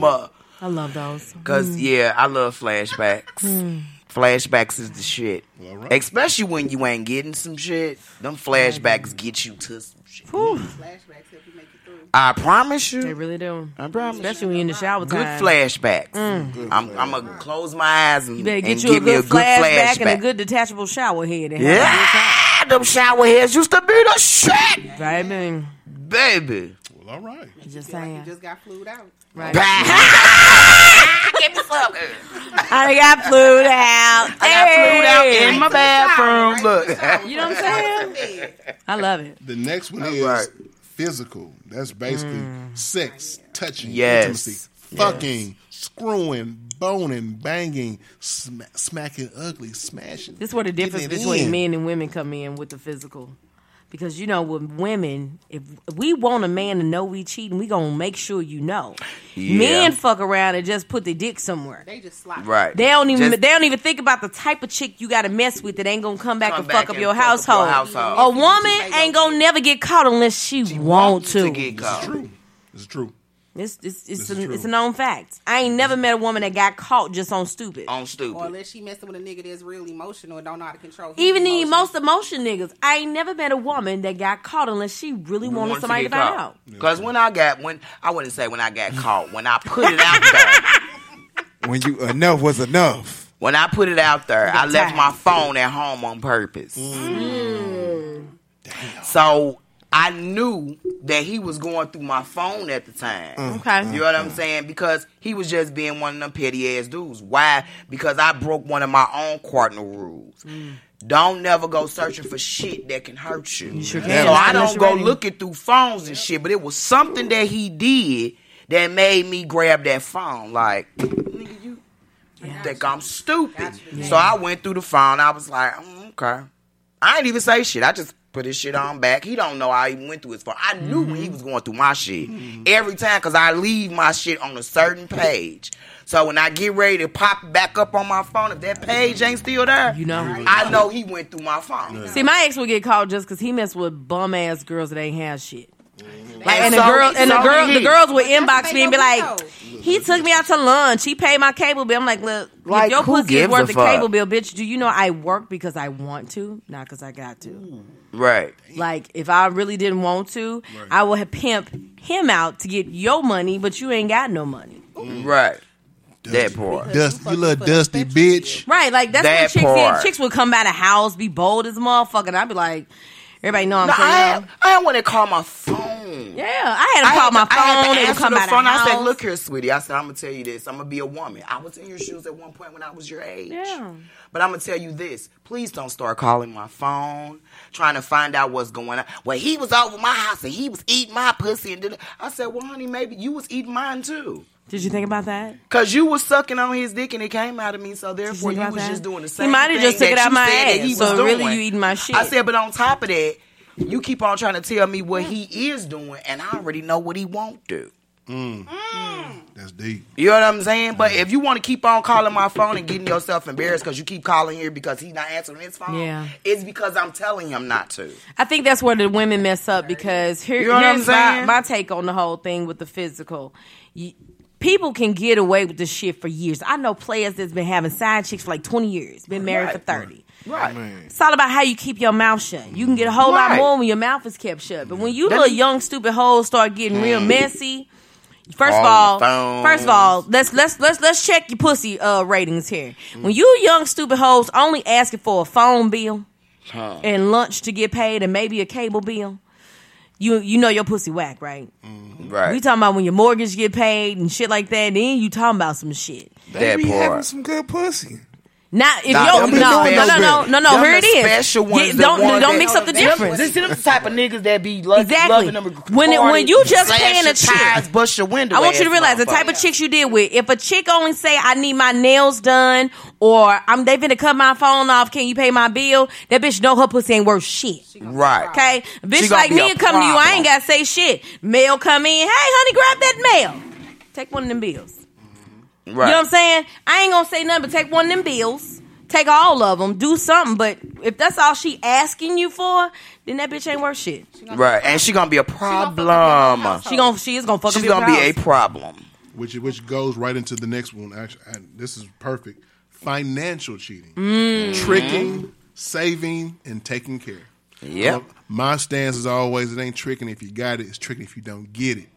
Speaker 5: come. up.
Speaker 4: I love those.
Speaker 5: Cause yeah, I love flashbacks.
Speaker 4: Mm.
Speaker 5: Flashbacks is the shit,
Speaker 3: All right.
Speaker 5: especially when you ain't getting some shit. Them
Speaker 4: Mm.
Speaker 5: flashbacks get you to some shit.
Speaker 6: Flashbacks help you make it through.
Speaker 5: I promise you.
Speaker 4: They really do,
Speaker 5: I promise.
Speaker 4: especially when you in the shower
Speaker 5: good
Speaker 4: time. Mm.
Speaker 5: flashbacks. I'm, I'm gonna close my eyes and,
Speaker 4: You better
Speaker 5: and
Speaker 4: get you a
Speaker 5: give me a
Speaker 4: good
Speaker 5: good
Speaker 4: flashback
Speaker 5: flashback.
Speaker 4: and a good detachable shower head. and have a good time.
Speaker 5: yeah, them shower heads used to be the shit,
Speaker 4: Baby.
Speaker 5: baby.
Speaker 3: Well, all right.
Speaker 4: Just
Speaker 6: Feel like
Speaker 4: saying.
Speaker 6: you just got flued out.
Speaker 4: right.
Speaker 5: Give me some.
Speaker 4: I got flued out.
Speaker 5: I got flued out
Speaker 4: Hey.
Speaker 5: in my bathroom. Look.
Speaker 4: You know what I'm saying? I love it.
Speaker 3: The next one
Speaker 5: All
Speaker 3: is
Speaker 5: right.
Speaker 3: physical. That's basically sex, touching,
Speaker 5: Yes.
Speaker 3: intimacy, fucking, screwing, boning, banging, sma smacking, ugly, smashing.
Speaker 4: This is where the difference
Speaker 3: Getting it
Speaker 4: between
Speaker 3: in.
Speaker 4: men and women come in with the physical. Because you know, with women, if we want a man to know we cheating, we gonna make sure you know.
Speaker 5: Yeah.
Speaker 4: Men fuck around and just put their dick somewhere.
Speaker 6: They just slap.
Speaker 5: Right.
Speaker 4: They don't even
Speaker 5: Just-
Speaker 4: they don't even think about the type of chick you got to mess with that ain't gonna come back
Speaker 5: Come
Speaker 4: and
Speaker 5: back
Speaker 4: fuck up
Speaker 5: and
Speaker 4: your
Speaker 5: fuck up
Speaker 4: household.
Speaker 5: your household.
Speaker 4: A woman ain't gonna never get caught unless she, want to.
Speaker 5: to get
Speaker 3: This is
Speaker 5: caught.
Speaker 3: true. This is true.
Speaker 4: It's it's it's,
Speaker 3: This is
Speaker 4: a,
Speaker 3: true.
Speaker 4: it's a known fact. I ain't never met a woman that got caught just on stupid.
Speaker 5: On
Speaker 6: Or
Speaker 5: stupid.
Speaker 6: unless she messing with a nigga that's real emotional and don't know how to control. his
Speaker 4: Even the
Speaker 6: emotions.
Speaker 4: most emotion niggas, I ain't never met a woman that got caught unless she really wanted
Speaker 5: Wants
Speaker 4: somebody to,
Speaker 5: get
Speaker 4: find
Speaker 5: caught.
Speaker 4: out.
Speaker 5: Cause when I got when I wouldn't say when I got caught when I put it out there
Speaker 7: When you enough was enough.
Speaker 5: when I put it out there I
Speaker 4: time.
Speaker 5: left my phone at home on purpose. So I knew that he was going through my phone at the time.
Speaker 4: Okay.
Speaker 5: You know what I'm saying? Because he was just being one of them petty ass dudes. Why? Because I broke one of my own cardinal rules.
Speaker 4: Mm.
Speaker 5: Don't never go searching for shit that can hurt you.
Speaker 4: sure
Speaker 5: so
Speaker 4: can.
Speaker 5: I
Speaker 4: Unless
Speaker 5: don't
Speaker 4: you're
Speaker 5: go
Speaker 4: ready.
Speaker 5: looking through phones and shit, but it was something that he did that made me grab that phone. Like, nigga, you, you think I'm stupid. So I went through the phone. I was like, mm, okay. I ain't even say shit. I just put his shit on back. He don't know I even went through his phone. I knew
Speaker 4: Mm-hmm.
Speaker 5: when he was going through my shit every time because I leave my shit on a certain page. So when I get ready to pop back up on my phone, if that page ain't still there,
Speaker 4: You know.
Speaker 5: I know he went through my phone.
Speaker 4: See, my ex would get caught just because he messed with bum ass girls that ain't have shit. Like, and,
Speaker 5: And so-
Speaker 4: the girl and
Speaker 5: so
Speaker 4: the girl
Speaker 5: did
Speaker 4: the
Speaker 5: he.
Speaker 4: girls would inbox
Speaker 6: they
Speaker 4: me and be
Speaker 6: don't
Speaker 4: like,
Speaker 6: know.
Speaker 4: "He took me out to lunch. He paid my cable bill." I'm like, "Look,
Speaker 5: Like,
Speaker 4: if your
Speaker 5: who
Speaker 4: pussy
Speaker 5: gives
Speaker 4: is
Speaker 5: a
Speaker 4: worth the
Speaker 5: fuck?
Speaker 4: cable bill, bitch. Do you know I work because I want to, not because I got to?
Speaker 5: Right.
Speaker 4: Like, if I really didn't want to, I would have pimp him out to get your money, but you ain't got no money."
Speaker 5: Right. That part.
Speaker 3: Dust, you little dusty bitch.
Speaker 4: Right, like that's
Speaker 5: That
Speaker 4: what chicks
Speaker 5: part.
Speaker 4: did. Chicks would come by the house, be bold as motherfucker, and I'd be like, everybody know I'm
Speaker 5: No,
Speaker 4: saying.
Speaker 5: I I want to call my phone.
Speaker 4: yeah, I had to call my
Speaker 5: had to- I had to
Speaker 4: phone and
Speaker 5: answer
Speaker 4: come
Speaker 5: the
Speaker 4: by the
Speaker 5: phone.
Speaker 4: house.
Speaker 5: I said, "Look here, sweetie. I said I'm gonna tell you this. I'm gonna be a woman. I was in your shoes at one point when I was your age.
Speaker 4: Yeah.
Speaker 5: But I'm gonna tell you this. Please don't start calling my phone, trying to find out what's going on. Well, he was over my house and he was eating my pussy and did. I said, well, honey, maybe you was eating mine too."
Speaker 4: Did you think about that?
Speaker 5: Cause you was sucking on his dick and it came out of me, so therefore
Speaker 4: think
Speaker 5: you
Speaker 4: about
Speaker 5: was
Speaker 4: that?
Speaker 5: just doing the
Speaker 4: He
Speaker 5: same.
Speaker 4: might have
Speaker 5: thing
Speaker 4: just took it
Speaker 5: that
Speaker 4: out
Speaker 5: you
Speaker 4: my
Speaker 5: said that
Speaker 4: ass,
Speaker 5: he
Speaker 4: so
Speaker 5: was
Speaker 4: really
Speaker 5: doing.
Speaker 4: you eating my shit.
Speaker 5: I said, but on top of that, you keep on trying to tell me what he is doing, and I already know what he won't do.
Speaker 3: That's deep.
Speaker 5: You know what I'm saying? But if you want to keep on calling my phone and getting yourself embarrassed because you keep calling here because he's not answering his phone,
Speaker 4: Yeah.
Speaker 5: it's because I'm telling him not to.
Speaker 4: I think that's where the women mess up because here,
Speaker 5: You know what I'm
Speaker 4: here's my,
Speaker 5: saying?
Speaker 4: my take on the whole thing with the physical. You, people can get away with this shit for years. I know players that's been having side chicks for like 20 years, been married for
Speaker 5: Right.
Speaker 4: 30.
Speaker 5: Right.
Speaker 4: It's all about how you keep your mouth shut. You can get a whole lot
Speaker 5: Right.
Speaker 4: more when your mouth is kept shut. But when you
Speaker 5: That
Speaker 4: little
Speaker 5: is- Mm.
Speaker 4: young stupid hoes start getting real messy, first of
Speaker 5: All
Speaker 4: all,
Speaker 5: the phones.
Speaker 4: first of all, let's let's let's let's check your pussy uh, ratings here. When you young stupid hoes only asking for a phone bill and lunch to get paid and maybe a cable bill, you you know your pussy whack, right? We
Speaker 5: Right.
Speaker 4: talking about when your mortgage get paid and shit like that. Then you talking about some shit.
Speaker 5: that
Speaker 7: Be having
Speaker 5: part.
Speaker 7: some good pussy.
Speaker 4: Not if
Speaker 5: Nah,
Speaker 4: yo,
Speaker 5: them the
Speaker 4: no, no,
Speaker 5: special-
Speaker 4: no, no, no, no.
Speaker 5: them
Speaker 4: Here
Speaker 5: the
Speaker 4: it is.
Speaker 5: Special ones.
Speaker 4: Yeah,
Speaker 5: the
Speaker 4: don't
Speaker 5: ones
Speaker 4: don't
Speaker 5: that-
Speaker 4: mix up the
Speaker 5: Them-
Speaker 4: difference.
Speaker 5: This is the type of niggas that be lo-
Speaker 4: Exactly.
Speaker 5: loving them.
Speaker 4: When it- when you
Speaker 5: retarded,
Speaker 4: just
Speaker 5: slash
Speaker 4: paying a
Speaker 5: your
Speaker 4: chick,
Speaker 5: tires, bust your window.
Speaker 4: I want you to
Speaker 5: ass
Speaker 4: realize the type
Speaker 5: motherfucker.
Speaker 4: of chicks you deal with. If a chick only say, "I need my nails done," or "I'm they finna cut my phone off," can you pay my bill? That bitch know her pussy ain't worth shit.
Speaker 5: Right.
Speaker 4: Okay, a
Speaker 5: She
Speaker 4: bitch
Speaker 5: gonna
Speaker 4: like
Speaker 5: be
Speaker 4: me
Speaker 5: a
Speaker 4: will come to you. I
Speaker 5: problem.
Speaker 4: ain't gotta say shit. Mail come in. Hey, honey, grab that mail. Take one of them bills.
Speaker 5: Right.
Speaker 4: You know what I'm saying? I ain't gonna say nothing, but take one of them bills. Take all of them. Do something. But if that's all she asking you for, then that bitch ain't worth shit.
Speaker 5: Right. And she gonna be a problem.
Speaker 4: She gon' she is gonna fuck
Speaker 5: She's
Speaker 4: up your
Speaker 5: gonna be a
Speaker 4: house.
Speaker 5: problem.
Speaker 3: Which which goes right into the next one. Actually, I, this is perfect. Financial cheating,
Speaker 5: Mm.
Speaker 3: Mm-hmm. tricking, saving, and taking care.
Speaker 5: Yep.
Speaker 3: My stance is always: it ain't tricking if you got it. It's tricking if you don't get it.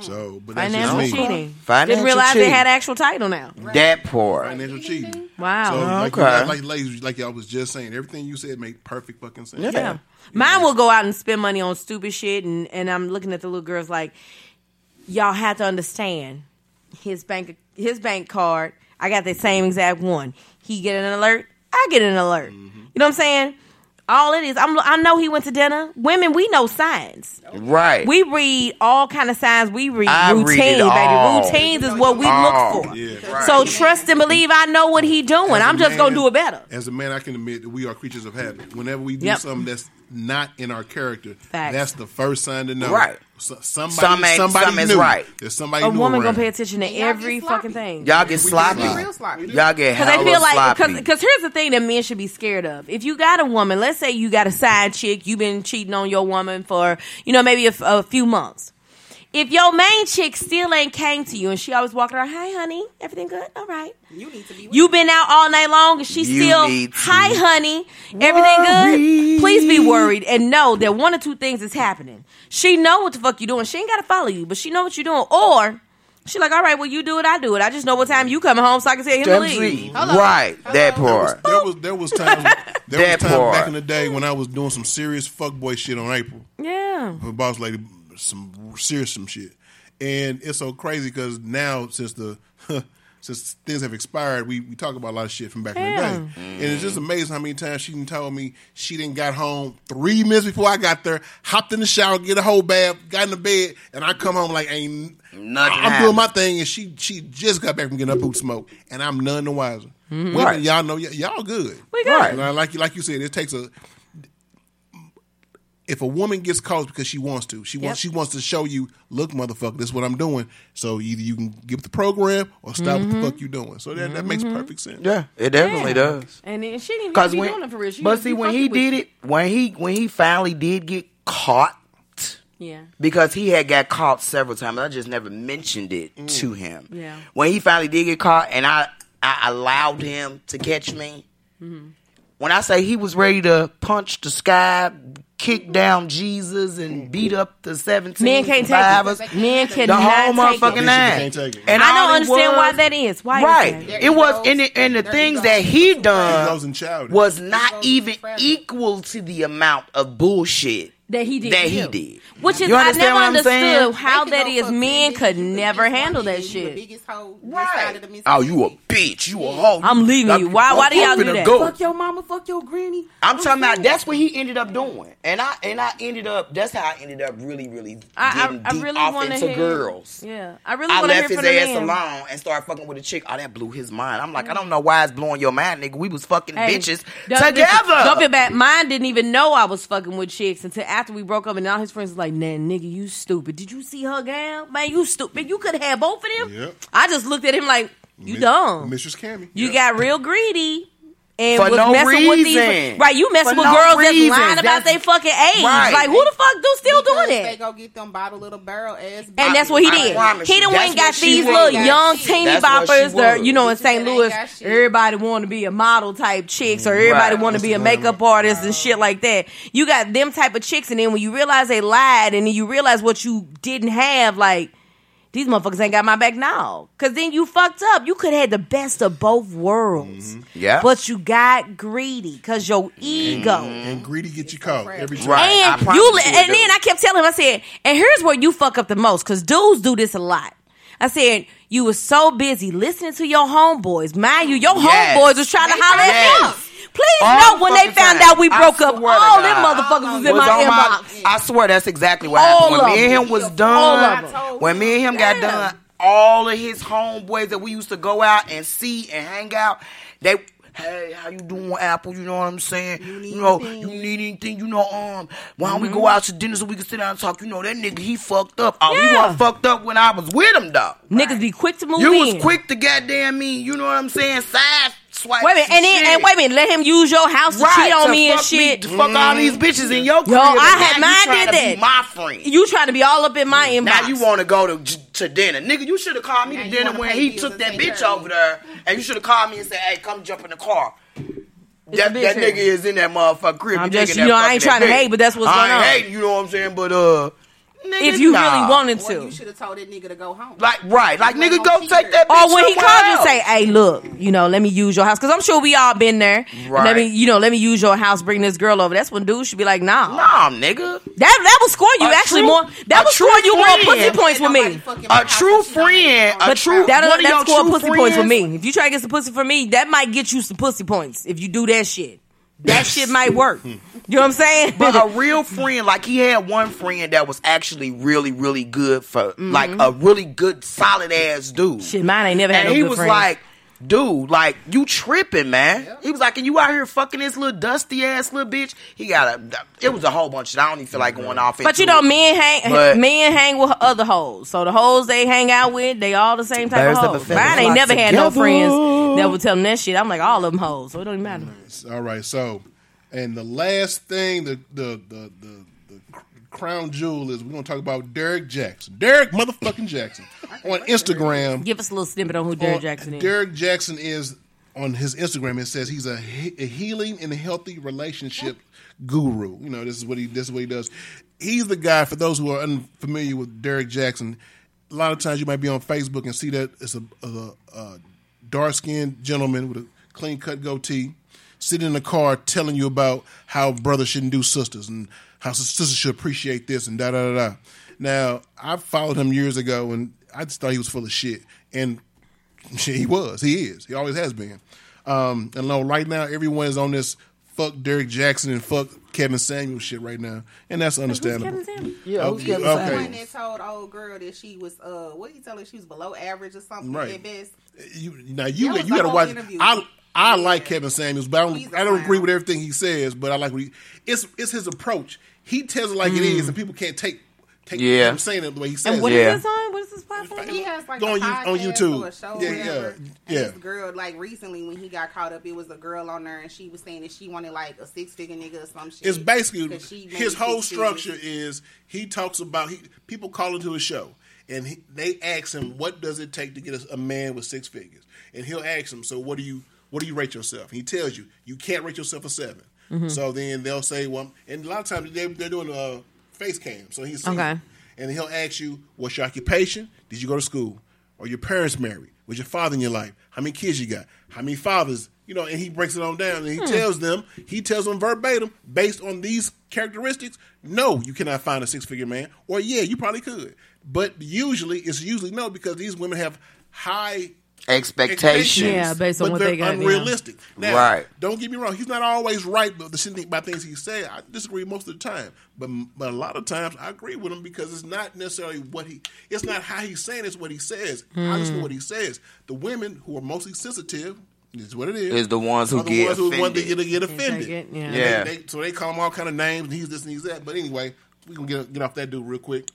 Speaker 3: So, but that's just
Speaker 4: Financial
Speaker 3: me.
Speaker 4: cheating.
Speaker 5: Financial
Speaker 4: Didn't realize
Speaker 5: cheating.
Speaker 4: it had an actual title now.
Speaker 5: That part.
Speaker 3: Financial cheating.
Speaker 4: Wow.
Speaker 3: So, like,
Speaker 5: Okay.
Speaker 3: like, like, ladies- like y'all was just saying, everything you said made perfect fucking sense.
Speaker 4: Yeah. Mine will go out and spend money on stupid shit and, and I'm looking at the little girls like y'all have to understand his bank his bank card, I got the same exact one. He get an alert, I get an alert.
Speaker 5: Mm-hmm.
Speaker 4: You know what I'm saying? All it is, I'm, I know he went to dinner. Women, we know signs.
Speaker 5: Right.
Speaker 4: We read all kind of signs. We read
Speaker 5: I read it
Speaker 4: routines,
Speaker 5: all. Oh,
Speaker 4: baby. Routines is what we
Speaker 5: All.
Speaker 4: look for.
Speaker 3: Yeah.
Speaker 6: Right.
Speaker 4: So trust and believe. I know what he doing.
Speaker 3: As a
Speaker 4: I'm just gonna
Speaker 3: man-
Speaker 4: do it better.
Speaker 3: As a man, I can admit that we are creatures of habit. Whenever we do
Speaker 4: Yep.
Speaker 3: something that's not in our character,
Speaker 4: Facts.
Speaker 3: that's the first sign to know.
Speaker 5: Right.
Speaker 3: So, somebody,
Speaker 5: Some ain't-
Speaker 3: somebody
Speaker 5: some is
Speaker 3: new.
Speaker 5: right.
Speaker 3: There's somebody
Speaker 4: A
Speaker 3: new
Speaker 4: woman
Speaker 3: around.
Speaker 4: gonna pay attention to
Speaker 6: y'all
Speaker 4: every
Speaker 6: get sloppy.
Speaker 4: fucking thing.
Speaker 5: Y'all get
Speaker 6: Get
Speaker 5: sloppy.
Speaker 6: real sloppy.
Speaker 5: Y'all get
Speaker 4: Because
Speaker 5: hella
Speaker 4: they feel like
Speaker 5: sloppy.
Speaker 4: because here's the thing that men should be scared of. If you got a woman, let's say you got a side chick, you've been cheating on your woman for you know maybe a, f- a few months. If your main chick still ain't came to you and she always walking around, hi honey, everything good, all right.
Speaker 6: You need to be. With
Speaker 4: You been out all night long and she
Speaker 5: You
Speaker 4: still,
Speaker 5: need to
Speaker 4: hi honey, everything good. Please be worried and know that one or two things is happening. She know what the fuck you doing. She ain't gotta follow you, but she know what you doing. Or she like, all right, well you do it, I do it. I just know what time you coming home so I can tell him to
Speaker 5: Them
Speaker 4: leave.
Speaker 5: three. Right. That part.
Speaker 3: There was there was times there
Speaker 5: That
Speaker 3: was times
Speaker 5: part.
Speaker 3: back in the day when I was doing some serious fuckboy shit on April.
Speaker 4: Yeah.
Speaker 3: her boss lady some serious some shit, and it's so crazy because now since the since things have expired, we, we talk about a lot of shit from back
Speaker 4: Yeah.
Speaker 3: in the day, and it's just amazing how many times she done told me she didn't got home three minutes before I got there, hopped in the shower, get a whole bath, got in the bed, and I come home like ain't
Speaker 5: Nothing
Speaker 3: I'm doing my
Speaker 5: happened.
Speaker 3: thing, and she she just got back from getting up poop smoke, and I'm none the wiser. Women,
Speaker 5: Right.
Speaker 3: y'all know y- y'all good.
Speaker 4: Mm-hmm. We good.
Speaker 3: And I- like you like you said, it takes a if a woman gets caught because she wants to, she wants
Speaker 4: Yep.
Speaker 3: she wants to show you, look, motherfucker, this is what I'm doing. So either you can get with the program or stop what
Speaker 4: Mm-hmm.
Speaker 3: the fuck you doing. So that, that makes perfect sense.
Speaker 5: Yeah. It definitely does.
Speaker 4: And then she didn't even
Speaker 5: Cause
Speaker 4: be
Speaker 5: when,
Speaker 4: doing it for real. She
Speaker 5: but
Speaker 4: just
Speaker 5: see,
Speaker 4: be
Speaker 5: when he
Speaker 4: fucking with
Speaker 5: did it, when he when he finally did get caught,
Speaker 4: you. yeah,
Speaker 5: because he had got caught several times. I just never mentioned it to him.
Speaker 4: Mm. Yeah.
Speaker 5: When he finally did get caught, and I I allowed him to catch me.
Speaker 4: Mm-hmm.
Speaker 5: When I say he was ready to punch the sky, kick down Jesus, and beat up the seventeen
Speaker 4: Mm-hmm. men can't
Speaker 5: survivors,
Speaker 4: take it. Men
Speaker 5: the whole
Speaker 4: cannot take
Speaker 5: motherfucking
Speaker 4: it.
Speaker 5: nine.
Speaker 3: These people can't take it.
Speaker 5: And
Speaker 4: I
Speaker 5: all
Speaker 4: don't
Speaker 5: it
Speaker 4: understand
Speaker 5: was-
Speaker 4: why that is. Why
Speaker 5: right.
Speaker 4: Is that?
Speaker 5: It was and the, and the
Speaker 6: There
Speaker 5: things
Speaker 6: you go.
Speaker 5: that he done
Speaker 3: Egos and childish.
Speaker 5: was not
Speaker 6: Egos
Speaker 5: even
Speaker 6: and trash.
Speaker 5: equal to the amount of bullshit
Speaker 4: That he did.
Speaker 5: that he
Speaker 4: too.
Speaker 5: did.
Speaker 4: Which is
Speaker 5: You
Speaker 4: I
Speaker 5: understand
Speaker 4: never
Speaker 5: what I'm
Speaker 4: understood
Speaker 5: saying?
Speaker 4: how
Speaker 6: They
Speaker 4: that
Speaker 6: go
Speaker 4: is.
Speaker 6: fuck
Speaker 4: Men
Speaker 6: ten
Speaker 4: could
Speaker 6: bitches, you
Speaker 4: never
Speaker 6: the biggest
Speaker 4: handle
Speaker 6: one,
Speaker 4: that
Speaker 6: and you the
Speaker 4: shit.
Speaker 6: biggest hoe this side
Speaker 5: Right.
Speaker 6: of the
Speaker 5: Oh, you a bitch. You a hoe.
Speaker 4: I'm leaving
Speaker 5: Like,
Speaker 4: you. Why- why do
Speaker 5: I'm
Speaker 4: y'all do
Speaker 5: finna
Speaker 4: that?
Speaker 5: go.
Speaker 6: Fuck your mama, fuck your granny.
Speaker 5: I'm talking about that's what he ended up doing, and I and I ended up. That's how I ended up really, really getting
Speaker 4: I, I, I
Speaker 5: deep
Speaker 4: really
Speaker 5: off
Speaker 4: want to
Speaker 5: into
Speaker 4: hear
Speaker 5: girls.
Speaker 4: Yeah, I really
Speaker 5: I
Speaker 4: want to hear
Speaker 5: left his
Speaker 4: from the
Speaker 5: ass
Speaker 4: men.
Speaker 5: alone and started fucking with a chick. Oh, that blew his mind. I'm like, I don't know why it's blowing your mind, nigga. We was fucking
Speaker 4: Hey,
Speaker 5: bitches
Speaker 4: don't-
Speaker 5: together.
Speaker 4: Don't feel bad. Mine didn't even know I was fucking with chicks until after we broke up, and all his friends was like, "Nah, nigga, you stupid. Did you see her gown? Man, you stupid. You could have had both of them."
Speaker 3: Yep.
Speaker 4: I just looked at him like, "You
Speaker 3: Mi-
Speaker 4: dumb."
Speaker 3: Mrs. Cammy.
Speaker 4: You got real greedy. And
Speaker 5: For
Speaker 4: was
Speaker 5: no
Speaker 4: messing with these
Speaker 5: reason.
Speaker 4: right, you messing
Speaker 5: For
Speaker 4: with
Speaker 5: no
Speaker 4: girls
Speaker 5: reason.
Speaker 4: that's lying about
Speaker 5: That's-
Speaker 4: their fucking age.
Speaker 5: Right.
Speaker 4: Like who the fuck do still
Speaker 6: Because
Speaker 4: doing
Speaker 6: They
Speaker 4: it?
Speaker 6: go get them bottle little barrel ass.
Speaker 4: And that's what he
Speaker 5: I
Speaker 4: did.
Speaker 5: promise
Speaker 4: He
Speaker 5: you,
Speaker 4: done
Speaker 5: that's
Speaker 4: went and got
Speaker 5: what she
Speaker 4: these
Speaker 5: was.
Speaker 4: little young
Speaker 6: That's
Speaker 4: teeny
Speaker 5: what she
Speaker 4: boppers that
Speaker 5: was.
Speaker 4: you know in
Speaker 6: Bitches that
Speaker 4: St.
Speaker 6: ain't
Speaker 4: Louis.
Speaker 6: got shit.
Speaker 4: Everybody want to be a model type chicks, or everybody
Speaker 5: Right.
Speaker 4: want to be a makeup artist and shit like that. You got them type of chicks, and then when you realize they lied, and then you realize what you didn't have, like these motherfuckers ain't got my back now. Cause then you fucked up. You could have had the best of both worlds.
Speaker 5: Mm-hmm. Yeah. Mm-hmm.
Speaker 4: But you got greedy cause your ego.
Speaker 3: and greedy get you caught every time.
Speaker 5: Right. I
Speaker 4: And
Speaker 5: promise
Speaker 4: you
Speaker 5: you
Speaker 4: li-
Speaker 5: it
Speaker 4: and
Speaker 5: do.
Speaker 4: then I kept telling him, I said, and here's where you fuck up the most, cause dudes do this a lot. I said, you were so busy listening to your homeboys. Mind you, your
Speaker 5: Yes.
Speaker 4: homeboys was trying to holler
Speaker 5: Yes.
Speaker 4: at him. Please
Speaker 5: All
Speaker 4: know when they
Speaker 5: fucking
Speaker 4: found
Speaker 5: time.
Speaker 4: out we
Speaker 5: I
Speaker 4: broke up,
Speaker 5: swear to
Speaker 4: all them
Speaker 5: God.
Speaker 4: motherfuckers was in
Speaker 5: was
Speaker 4: my
Speaker 5: on my-
Speaker 4: inbox.
Speaker 5: I swear that's exactly what
Speaker 4: All
Speaker 5: happened.
Speaker 4: of
Speaker 5: When me and
Speaker 4: them.
Speaker 5: him was
Speaker 4: All
Speaker 5: done,
Speaker 4: of
Speaker 6: them.
Speaker 5: when me and him got
Speaker 4: Damn.
Speaker 5: done, all of his homeboys that we used to go out and see and hang out, they hey, how you doing, Apple? You know what I'm saying? You, know, you need anything? You know, um, why don't we go
Speaker 4: Mm-hmm.
Speaker 5: out to dinner so we can sit down and talk? You know, that nigga he fucked up. Oh, he
Speaker 4: Yeah.
Speaker 5: wasn't fucked up when I was with him, though.
Speaker 4: Niggas be quick to move
Speaker 5: You
Speaker 4: in.
Speaker 5: was quick to goddamn me. You know what I'm saying? Side swipe.
Speaker 4: Wait a minute,
Speaker 5: some
Speaker 4: and then
Speaker 5: shit.
Speaker 4: and wait a minute, let him use your house to cheat on
Speaker 5: to
Speaker 4: me and
Speaker 5: fuck
Speaker 4: shit.
Speaker 5: to fuck all these bitches in your crib.
Speaker 4: Yo,
Speaker 5: and
Speaker 4: I had-
Speaker 5: now you
Speaker 4: mine
Speaker 5: tryna
Speaker 4: did
Speaker 5: Be
Speaker 4: that.
Speaker 5: my friend.
Speaker 4: You trying to be all up in my inbox.
Speaker 5: now you want to go to j- to dinner, nigga? You should have called me
Speaker 6: Now
Speaker 5: to
Speaker 6: you
Speaker 5: dinner
Speaker 6: wanna
Speaker 5: when
Speaker 6: pay
Speaker 5: he
Speaker 6: bills
Speaker 5: took
Speaker 6: and
Speaker 5: that
Speaker 6: take
Speaker 5: bitch
Speaker 6: care of
Speaker 5: over
Speaker 6: you.
Speaker 5: there, and you should have called me and said, "Hey, come jump in the car."
Speaker 4: a
Speaker 5: That,
Speaker 4: bitch
Speaker 5: that
Speaker 4: here.
Speaker 5: nigga is in that motherfucker crib.
Speaker 4: I'm
Speaker 5: You
Speaker 4: just-
Speaker 5: nigga
Speaker 4: you know,
Speaker 5: that
Speaker 4: I ain't
Speaker 5: fucking
Speaker 4: tryna
Speaker 5: that
Speaker 4: hate,
Speaker 5: bitch.
Speaker 4: but that's what's
Speaker 5: I
Speaker 4: going
Speaker 5: ain't
Speaker 4: on.
Speaker 5: hating, you know what I'm saying? But uh,
Speaker 4: if you
Speaker 5: nah.
Speaker 4: really wanted
Speaker 6: Or you
Speaker 4: to.
Speaker 6: should have told that nigga to go home.
Speaker 5: Like right, like
Speaker 6: Like,
Speaker 5: nigga,
Speaker 6: no
Speaker 5: go
Speaker 6: secret.
Speaker 5: take that. bitch
Speaker 4: Or Oh, when he
Speaker 5: somewhere
Speaker 4: called you,
Speaker 5: else.
Speaker 4: say, "Hey, look, you know, let me use your house," because I'm sure we all been there. Let me,
Speaker 5: Right.
Speaker 4: you know, let me use your house. Bring this girl over. That's when dudes should be like, "Nah,
Speaker 5: "Nah, nigga."
Speaker 4: that that will score you
Speaker 5: A
Speaker 4: actually
Speaker 5: true-
Speaker 4: more. That
Speaker 5: a
Speaker 4: will
Speaker 5: true
Speaker 4: score you more
Speaker 5: friend.
Speaker 4: pussy
Speaker 5: Ain't
Speaker 4: points with me."
Speaker 5: A true friend, a
Speaker 4: But
Speaker 5: true
Speaker 4: that'll,
Speaker 5: one of
Speaker 4: that
Speaker 5: your
Speaker 4: score
Speaker 5: true
Speaker 4: pussy points for
Speaker 5: friends-
Speaker 4: me. If you try to get some pussy from me, that might get you some pussy points. If you do that shit, that shit might work. You know what I'm saying?
Speaker 5: But a real friend, like he had one friend that was actually really, really good for, like
Speaker 6: Mm-hmm.
Speaker 5: a really good, solid ass dude.
Speaker 4: shit, mine ain't never had
Speaker 5: and
Speaker 4: no
Speaker 5: he
Speaker 4: good
Speaker 5: was
Speaker 4: friends.
Speaker 5: like, "Dude, like you tripping, man." He was like, "And you out here fucking this little dusty ass little bitch." He got a. It was a whole bunch. Of, I don't even feel like going off.
Speaker 4: but
Speaker 5: into
Speaker 4: you know,
Speaker 5: it.
Speaker 4: men hang
Speaker 5: But-
Speaker 4: men hang with other hoes. So the hoes they hang out with, they all the same type
Speaker 5: Birds of a
Speaker 4: of hoes.
Speaker 5: feather
Speaker 4: Mine ain't
Speaker 5: flock
Speaker 4: never had no
Speaker 5: together.
Speaker 4: friends that would tell them that shit. I'm like all of them hoes, so it don't even matter.
Speaker 3: All right, so and the last thing, the the the the, the cr- crown jewel is we're gonna talk about Derek Jackson, Derek motherfucking Jackson on Instagram.
Speaker 4: Give us a little snippet on who Derrick
Speaker 3: On-
Speaker 4: Jackson is.
Speaker 3: Derek Jackson is on his Instagram. It says he's a, he- a healing and healthy relationship guru. You know, this is what he this is what he does. He's the guy for those who are unfamiliar with Derek Jackson. A lot of times you might be on Facebook and see that it's a, a, a dark skinned gentleman with a clean cut goatee sitting in a car telling you about how brothers shouldn't do sisters and how sis- sisters should appreciate this and da da da da. Now I followed him years ago and I just thought he was full of shit and Shit, he was. He is. He always has been. Um, and no, right now everyone is on this fuck Derek Jackson and fuck Kevin Samuel shit right now, and that's understandable.
Speaker 4: Kevin Samuel?
Speaker 3: Yeah, who's Kevin
Speaker 6: One
Speaker 3: okay.
Speaker 6: that told old girl that she was uh, what you tell her she was below average or something
Speaker 3: Right.
Speaker 6: at best.
Speaker 3: You, now you
Speaker 6: That was
Speaker 3: you got to
Speaker 6: the whole
Speaker 3: watch.
Speaker 6: interview.
Speaker 3: I I
Speaker 6: Yeah.
Speaker 3: like Kevin Samuels, but I
Speaker 6: He's
Speaker 3: don't
Speaker 6: a
Speaker 3: I don't agree
Speaker 6: clown.
Speaker 3: with everything he says. But I like what he. It's it's his approach. He tells it like it is, and people can't take take
Speaker 5: Yeah.
Speaker 3: him saying it the way he says
Speaker 4: And what is
Speaker 3: it.
Speaker 5: Yeah.
Speaker 4: this on? What is this platform?
Speaker 6: He has like
Speaker 3: Go
Speaker 6: a
Speaker 3: on you-
Speaker 6: podcast
Speaker 3: on YouTube.
Speaker 6: or a show,
Speaker 3: Yeah,
Speaker 6: yeah, whatever.
Speaker 3: yeah,
Speaker 6: And
Speaker 3: yeah.
Speaker 6: This girl, like recently when he got caught up, it was a girl on there, and she was saying that she wanted like a six figure nigga or some shit.
Speaker 3: It's basically
Speaker 6: 'cause she made
Speaker 3: his whole
Speaker 6: six figures.
Speaker 3: structure is he talks about he people call into his show and he, they ask him what does it take to get a, a man with six figures and he'll ask them so what do you what do you rate yourself he tells you you can't rate yourself a 7 so then they'll say well and a lot of times they, they're doing a face cam so he's
Speaker 4: Okay.
Speaker 3: and he'll ask you what's your occupation did you go to school are your parents married was your father in your life how many kids you got how many fathers you know and he breaks it on down and he tells them he tells them verbatim based on these characteristics no you cannot find a six-figure man or yeah you probably could but usually it's usually no because these women have high
Speaker 5: expectations.
Speaker 4: Yeah, based on
Speaker 3: but
Speaker 4: what
Speaker 3: they're
Speaker 4: they got, yeah.
Speaker 3: Unrealistic. Now,
Speaker 5: Right.
Speaker 3: Don't get me wrong. He's not always right, but the thing about things he say, I disagree most of the time. But but a lot of times I agree with him because it's not necessarily what he. It's not how he's saying. It's what he says. I
Speaker 4: Hmm.
Speaker 3: listen to what he says. The women who are mostly sensitive is what it is.
Speaker 5: Is the ones who
Speaker 3: are the
Speaker 5: get
Speaker 3: ones who want to
Speaker 5: offended.
Speaker 3: get, get
Speaker 4: take
Speaker 3: offended.
Speaker 4: it, yeah.
Speaker 3: And
Speaker 5: Yeah.
Speaker 3: They, they, so they call him all kind of names, and he's this and he's that. But anyway, we can get get off that dude real quick.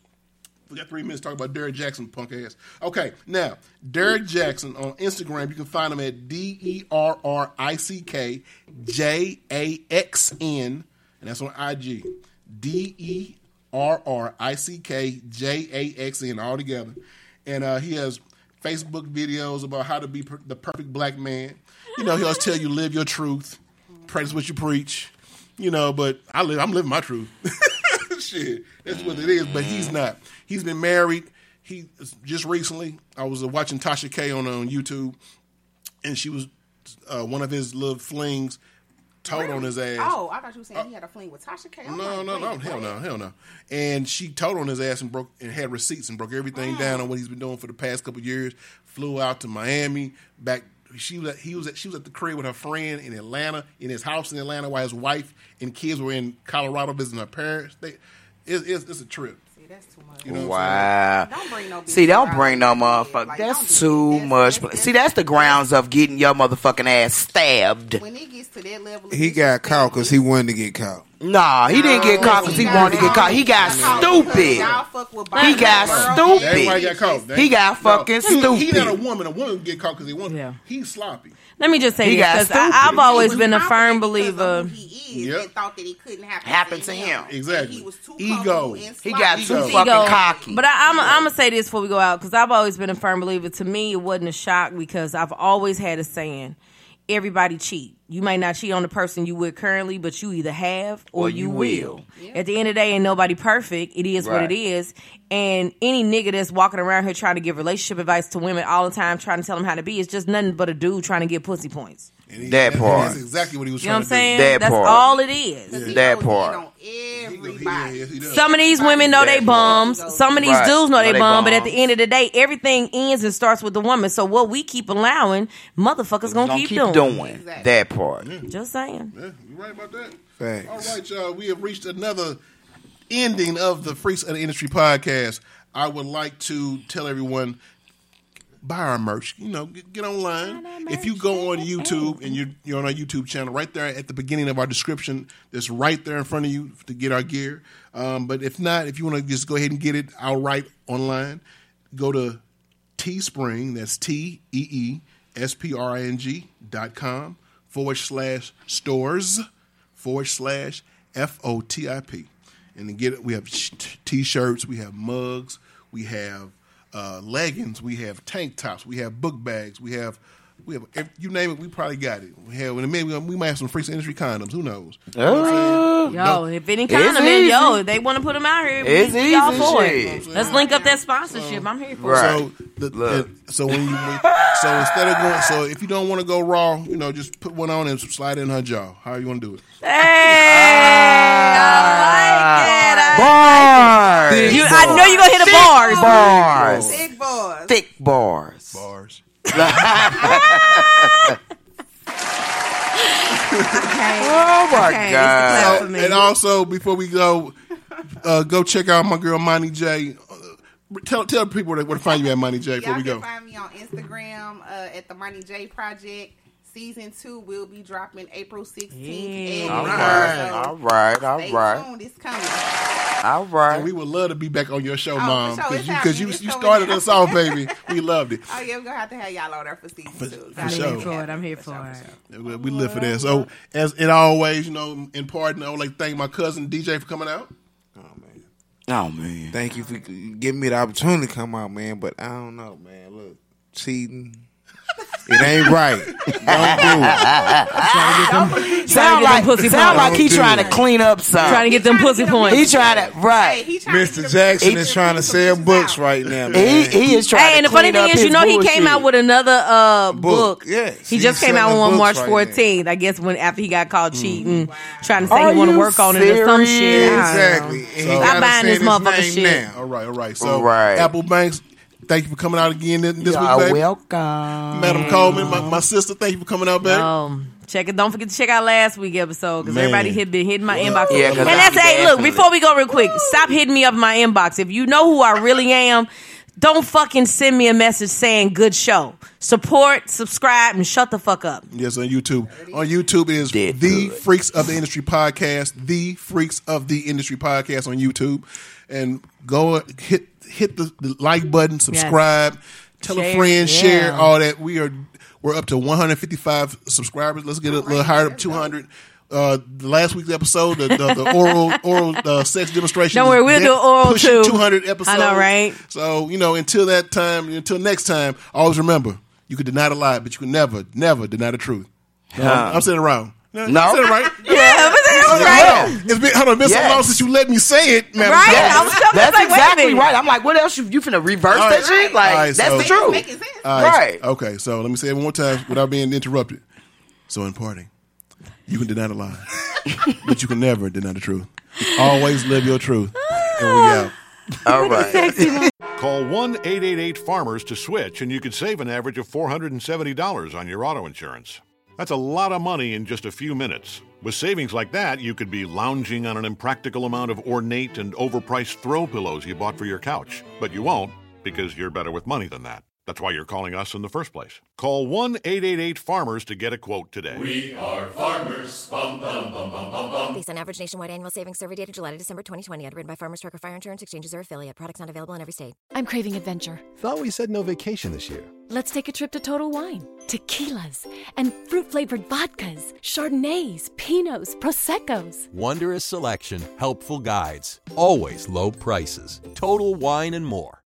Speaker 3: We got three minutes to talk about Derrick Jackson, punk ass. Okay, now Derrick Jackson on Instagram, you can find him at D E R R I C K J A X N, and that's on IG. D E R R I C K J A X N all together, and uh, he has Facebook videos about how to be per- the perfect black man. You know, he always tell you live your truth, practice what you preach. You know, but I live. I'm living my truth. shit. That's what it is. But he's not. He's been married. He just recently. I was uh, watching Tasha K on on YouTube, and she was uh, one of his little flings. Told on his ass.
Speaker 6: Oh, I thought you were saying he had a fling with Tasha K. I'm
Speaker 3: No,
Speaker 6: like,
Speaker 3: no,
Speaker 6: wait,
Speaker 3: no,
Speaker 6: what?
Speaker 3: hell no, hell no. And she told on his ass and broke and had receipts and broke everything down on what he's been doing for the past couple years. Flew out to Miami, back. She was at, he was at, she was at the crib with her friend in Atlanta, in his house in Atlanta, while his wife and kids were in Colorado visiting her parents. They, it's, it's, it's a trip.
Speaker 6: See, that's too much.
Speaker 3: You know what I'm saying?
Speaker 5: Wow.
Speaker 6: Don't bring no bitch
Speaker 5: See, don't
Speaker 6: around
Speaker 5: bring no
Speaker 6: like that.
Speaker 5: motherfucker.
Speaker 6: Like, don't
Speaker 5: that's
Speaker 6: do
Speaker 5: too
Speaker 6: that.
Speaker 5: much.
Speaker 6: That's- that's-
Speaker 5: See, that's the grounds of getting your motherfucking ass stabbed.
Speaker 6: When it gets to that level,
Speaker 7: He got caught because he wanted to get caught.
Speaker 5: Nah, he didn't get caught because he wanted to get caught. He got
Speaker 6: Y'all
Speaker 5: stupid.
Speaker 6: fuck with
Speaker 5: He got
Speaker 6: Barbie.
Speaker 5: stupid.
Speaker 3: Everybody got caught. They-
Speaker 5: He got
Speaker 3: No,
Speaker 5: fucking
Speaker 3: He, he not a
Speaker 5: stupid.
Speaker 3: woman. A woman get caught because they want.
Speaker 4: Yeah.
Speaker 3: He's sloppy.
Speaker 4: Let me just say
Speaker 5: He
Speaker 4: this
Speaker 5: got
Speaker 4: because I've
Speaker 5: stupid.
Speaker 6: He
Speaker 4: always
Speaker 6: was
Speaker 4: been a firm
Speaker 6: confident because of
Speaker 4: believer.
Speaker 6: who He is.
Speaker 3: Yep.
Speaker 6: and thought that it couldn't happen,
Speaker 5: Happened to him.
Speaker 3: Exactly.
Speaker 6: He was too
Speaker 3: Ego.
Speaker 6: comfortable and
Speaker 5: He got
Speaker 6: sloppy.
Speaker 5: too
Speaker 3: Ego.
Speaker 5: fucking
Speaker 4: Ego.
Speaker 5: cocky.
Speaker 4: But I, I'm I'm gonna say this before we go out because I've always been a firm believer. To me, it wasn't a shock because I've always had a saying: everybody cheat. You might not cheat on the person you with currently, but you either have or,
Speaker 5: Or
Speaker 4: you,
Speaker 5: you
Speaker 4: will.
Speaker 5: will.
Speaker 4: At the end of the day, ain't nobody perfect. It is what
Speaker 5: Right.
Speaker 4: it is. And any nigga that's walking around here trying to give relationship advice to women all the time, trying to tell them how to be, it's just nothing but a dude trying to get pussy points.
Speaker 3: And he-
Speaker 5: That
Speaker 3: that-
Speaker 5: part.
Speaker 3: That's exactly what he was
Speaker 4: You know what
Speaker 3: trying
Speaker 4: I'm saying?
Speaker 3: to
Speaker 5: That
Speaker 4: that's
Speaker 5: part.
Speaker 4: all it is.
Speaker 6: He
Speaker 5: That
Speaker 6: goes in
Speaker 5: part.
Speaker 6: on
Speaker 3: do. He-
Speaker 6: everybody.
Speaker 3: yeah, he does.
Speaker 4: Some of these women know they
Speaker 5: That
Speaker 4: bums.
Speaker 6: part.
Speaker 4: Some of these
Speaker 5: Right.
Speaker 4: dudes know
Speaker 5: Know
Speaker 4: they
Speaker 5: they
Speaker 4: bum. But at
Speaker 5: bums.
Speaker 4: the end of the day, everything ends and starts with the woman. So what we keep allowing, motherfuckers gonna,
Speaker 5: Don't
Speaker 4: keep,
Speaker 5: keep
Speaker 4: doing. Mm.
Speaker 5: doing
Speaker 6: Exactly.
Speaker 5: that part.
Speaker 4: Just saying.
Speaker 3: Yeah, you're right about that.
Speaker 7: Thanks.
Speaker 3: All right, y'all. We have reached another ending of the Freaks of the Industry podcast. I would like to tell everyone buy our merch. You know, get, get online. If you go on YouTube and you're, you're on our YouTube channel, right there at the beginning of our description, that's right there in front of you to get our gear. Um, but if not, if you want to just go ahead and get it outright online, go to Teespring. That's T E E S P R I N G dot com forward slash stores forward slash F O T I P. And to get it, we have sh- t shirts, we have mugs, we have uh, leggings, we have tank tops, we have book bags, we have. We have if you name it, we probably got it. We have, and maybe we might have some freaks of industry condoms. Who knows? You know what I'm saying?
Speaker 4: Yo, if any kind of men,
Speaker 5: easy.
Speaker 4: yo, if they want to put them out here,
Speaker 5: It's
Speaker 4: we y'all
Speaker 5: easy
Speaker 4: for
Speaker 5: shit.
Speaker 4: it. Let's link up that sponsorship. I'm here for
Speaker 5: Right.
Speaker 4: it.
Speaker 3: So the,
Speaker 5: Look.
Speaker 3: the- so when you so instead of going so if you don't want to go raw, you know, just put one on and slide it in her jaw. How you want to do it?
Speaker 4: Hey, I like it. I-
Speaker 5: Bars.
Speaker 4: You, I know you're gonna hit the bars.
Speaker 5: Bars.
Speaker 6: Big boys.
Speaker 5: Thick bars.
Speaker 3: Bars.
Speaker 5: Oh my
Speaker 4: Okay, it's
Speaker 5: god.
Speaker 4: the
Speaker 3: Oh,
Speaker 4: clap for me.
Speaker 3: and also before we go, uh, go check out my girl Monty J. Uh, tell tell people where to, where to find you at Monty J. Before
Speaker 6: Y'all
Speaker 3: we
Speaker 6: can
Speaker 3: go.
Speaker 6: find me on Instagram uh, at the Money J Project. Season two will be dropping April 16th.
Speaker 4: Yeah.
Speaker 5: All
Speaker 6: And,
Speaker 5: right,
Speaker 6: uh,
Speaker 5: all right, all
Speaker 6: Stay
Speaker 5: right,
Speaker 6: tuned. It's coming.
Speaker 5: all
Speaker 3: And we
Speaker 5: right.
Speaker 3: would love to be back on your show,
Speaker 6: Oh, for
Speaker 3: mom,
Speaker 6: sure.
Speaker 3: because
Speaker 6: It's
Speaker 3: you because you,
Speaker 6: happening. It's
Speaker 3: you
Speaker 6: coming
Speaker 3: started
Speaker 6: out.
Speaker 3: us off, baby. We loved it.
Speaker 6: Oh yeah, we're gonna have to have y'all on there for season two.
Speaker 3: for sure.
Speaker 4: I'm here for it. I'm here for it.
Speaker 3: We we live for that. So as it always, you know, in pardon, I would like to thank my cousin DJ for coming out.
Speaker 5: Oh man.
Speaker 7: Thank you for giving me the opportunity to come out, man. But I don't know, man. Look, cheating. It ain't right. Don't do it.
Speaker 5: Sound
Speaker 4: to get
Speaker 5: like
Speaker 4: them pussy
Speaker 5: sound
Speaker 4: points.
Speaker 5: like he
Speaker 7: Don't do
Speaker 5: trying to
Speaker 7: it.
Speaker 5: clean up something.
Speaker 4: Trying to get them pussy
Speaker 5: he
Speaker 4: points.
Speaker 5: trying to right.
Speaker 6: Hey, he trying to get
Speaker 7: Mr.
Speaker 6: a-
Speaker 7: Jackson
Speaker 6: get
Speaker 7: is
Speaker 6: a
Speaker 7: trying to
Speaker 6: few
Speaker 7: sell
Speaker 6: bitches
Speaker 7: books
Speaker 6: out.
Speaker 7: right now,
Speaker 5: He,
Speaker 7: man.
Speaker 5: he is trying.
Speaker 4: Hey, and
Speaker 5: to
Speaker 4: the funny
Speaker 5: clean up
Speaker 4: thing is, you
Speaker 5: his
Speaker 4: know, he came
Speaker 5: bullshit.
Speaker 4: out with another uh, book.
Speaker 7: Book, yes.
Speaker 4: he
Speaker 7: He's
Speaker 4: just came out
Speaker 7: selling
Speaker 4: on March
Speaker 7: books right now.
Speaker 4: 14th. I guess when after he got caught cheating, trying to say
Speaker 5: Mm-hmm. Are
Speaker 4: he want
Speaker 5: you
Speaker 4: to work on it or some shit.
Speaker 5: serious?
Speaker 4: I don't know.
Speaker 7: Exactly. And he
Speaker 3: Stop
Speaker 7: gotta
Speaker 4: buying
Speaker 7: say
Speaker 4: this motherfucker
Speaker 7: name
Speaker 4: shit.
Speaker 7: now.
Speaker 3: All right, all right. So
Speaker 5: All right.
Speaker 3: Apple Banks, thank you for coming out again this this
Speaker 5: You
Speaker 3: week,
Speaker 5: are
Speaker 3: baby.
Speaker 5: welcome.
Speaker 3: Madam Coleman, my, my sister, thank you for coming out, baby.
Speaker 4: Um, check it. Don't forget to check out last week episode because
Speaker 3: Man.
Speaker 4: everybody hit been hitting my inbox.
Speaker 5: Yeah, 'cause
Speaker 4: and
Speaker 5: I
Speaker 4: that's
Speaker 5: see
Speaker 4: hey,
Speaker 5: that
Speaker 4: look.
Speaker 5: shit.
Speaker 4: Before we go, real quick, stop hitting me up in my inbox. If you know who I really am, don't fucking send me a message saying good show, support, subscribe, and shut the fuck up.
Speaker 3: Yes, on YouTube. On YouTube it is
Speaker 5: Did
Speaker 3: the
Speaker 5: good.
Speaker 3: Freaks of the Industry podcast. The Freaks of the Industry podcast on YouTube, and go hit hit the, the like button, subscribe, tell a
Speaker 4: Share,
Speaker 3: friend, share
Speaker 4: yeah.
Speaker 3: all that. We are we're up to 155 subscribers. Let's
Speaker 4: Oh
Speaker 3: get a little higher up 200. Uh, the last week's episode, the, the, the oral oral uh, sex demonstration.
Speaker 4: Don't worry,
Speaker 3: is
Speaker 4: we'll
Speaker 3: de-
Speaker 4: do oral
Speaker 3: pushing
Speaker 4: too.
Speaker 3: 200 episodes.
Speaker 4: I know, right?
Speaker 3: So you know, until that time, until next time, always remember you can deny the lie, but you can never, never deny the truth. No, I'm-
Speaker 5: Um,
Speaker 3: I'm saying it wrong. No,
Speaker 5: No.
Speaker 3: I'm saying it right.
Speaker 4: Yeah, but that's
Speaker 3: Hold
Speaker 4: right.
Speaker 3: on. It's been hold on, it's been so
Speaker 5: Yes.
Speaker 3: long since you let me say it, man.
Speaker 4: Right? I was
Speaker 5: That's,
Speaker 4: just
Speaker 5: that's
Speaker 4: like, wait a
Speaker 5: exactly
Speaker 4: minute.
Speaker 5: right. I'm like, what else? You, you finna reverse
Speaker 3: All
Speaker 5: that
Speaker 3: right.
Speaker 5: shit? Like,
Speaker 3: All right,
Speaker 5: that's
Speaker 3: so-
Speaker 5: the truth.
Speaker 6: Making
Speaker 3: Uh,
Speaker 6: sense.
Speaker 5: Right.
Speaker 3: Okay, so let me say it one more time without being interrupted. So in parting, you can deny the lie, but you can never deny the truth. Always live your truth. And we out.
Speaker 5: All right.
Speaker 8: Call 1 888 Farmers E to switch, and you could save an average of $470 on your auto insurance. That's a lot of money in just a few minutes. With savings like that, you could be lounging on an impractical amount of ornate and overpriced throw pillows you bought for your couch. But you won't, because you're better with money than that. That's why you're calling us in the first place. Call 1 888 Farmers to get a quote today.
Speaker 9: Based on average nationwide annual savings survey data July to December 2020, underwritten by Farmers Trucker Fire Insurance Exchanges or affiliate. Products not available in every state.
Speaker 1: I'm craving adventure.
Speaker 10: Thought we said no vacation this year.
Speaker 1: Let's take a trip to Total Wine. Tequilas and fruit flavored vodkas, Chardonnays, Pinots, Prosecco's.
Speaker 11: Wondrous selection, helpful guides, always low prices, total wine and more.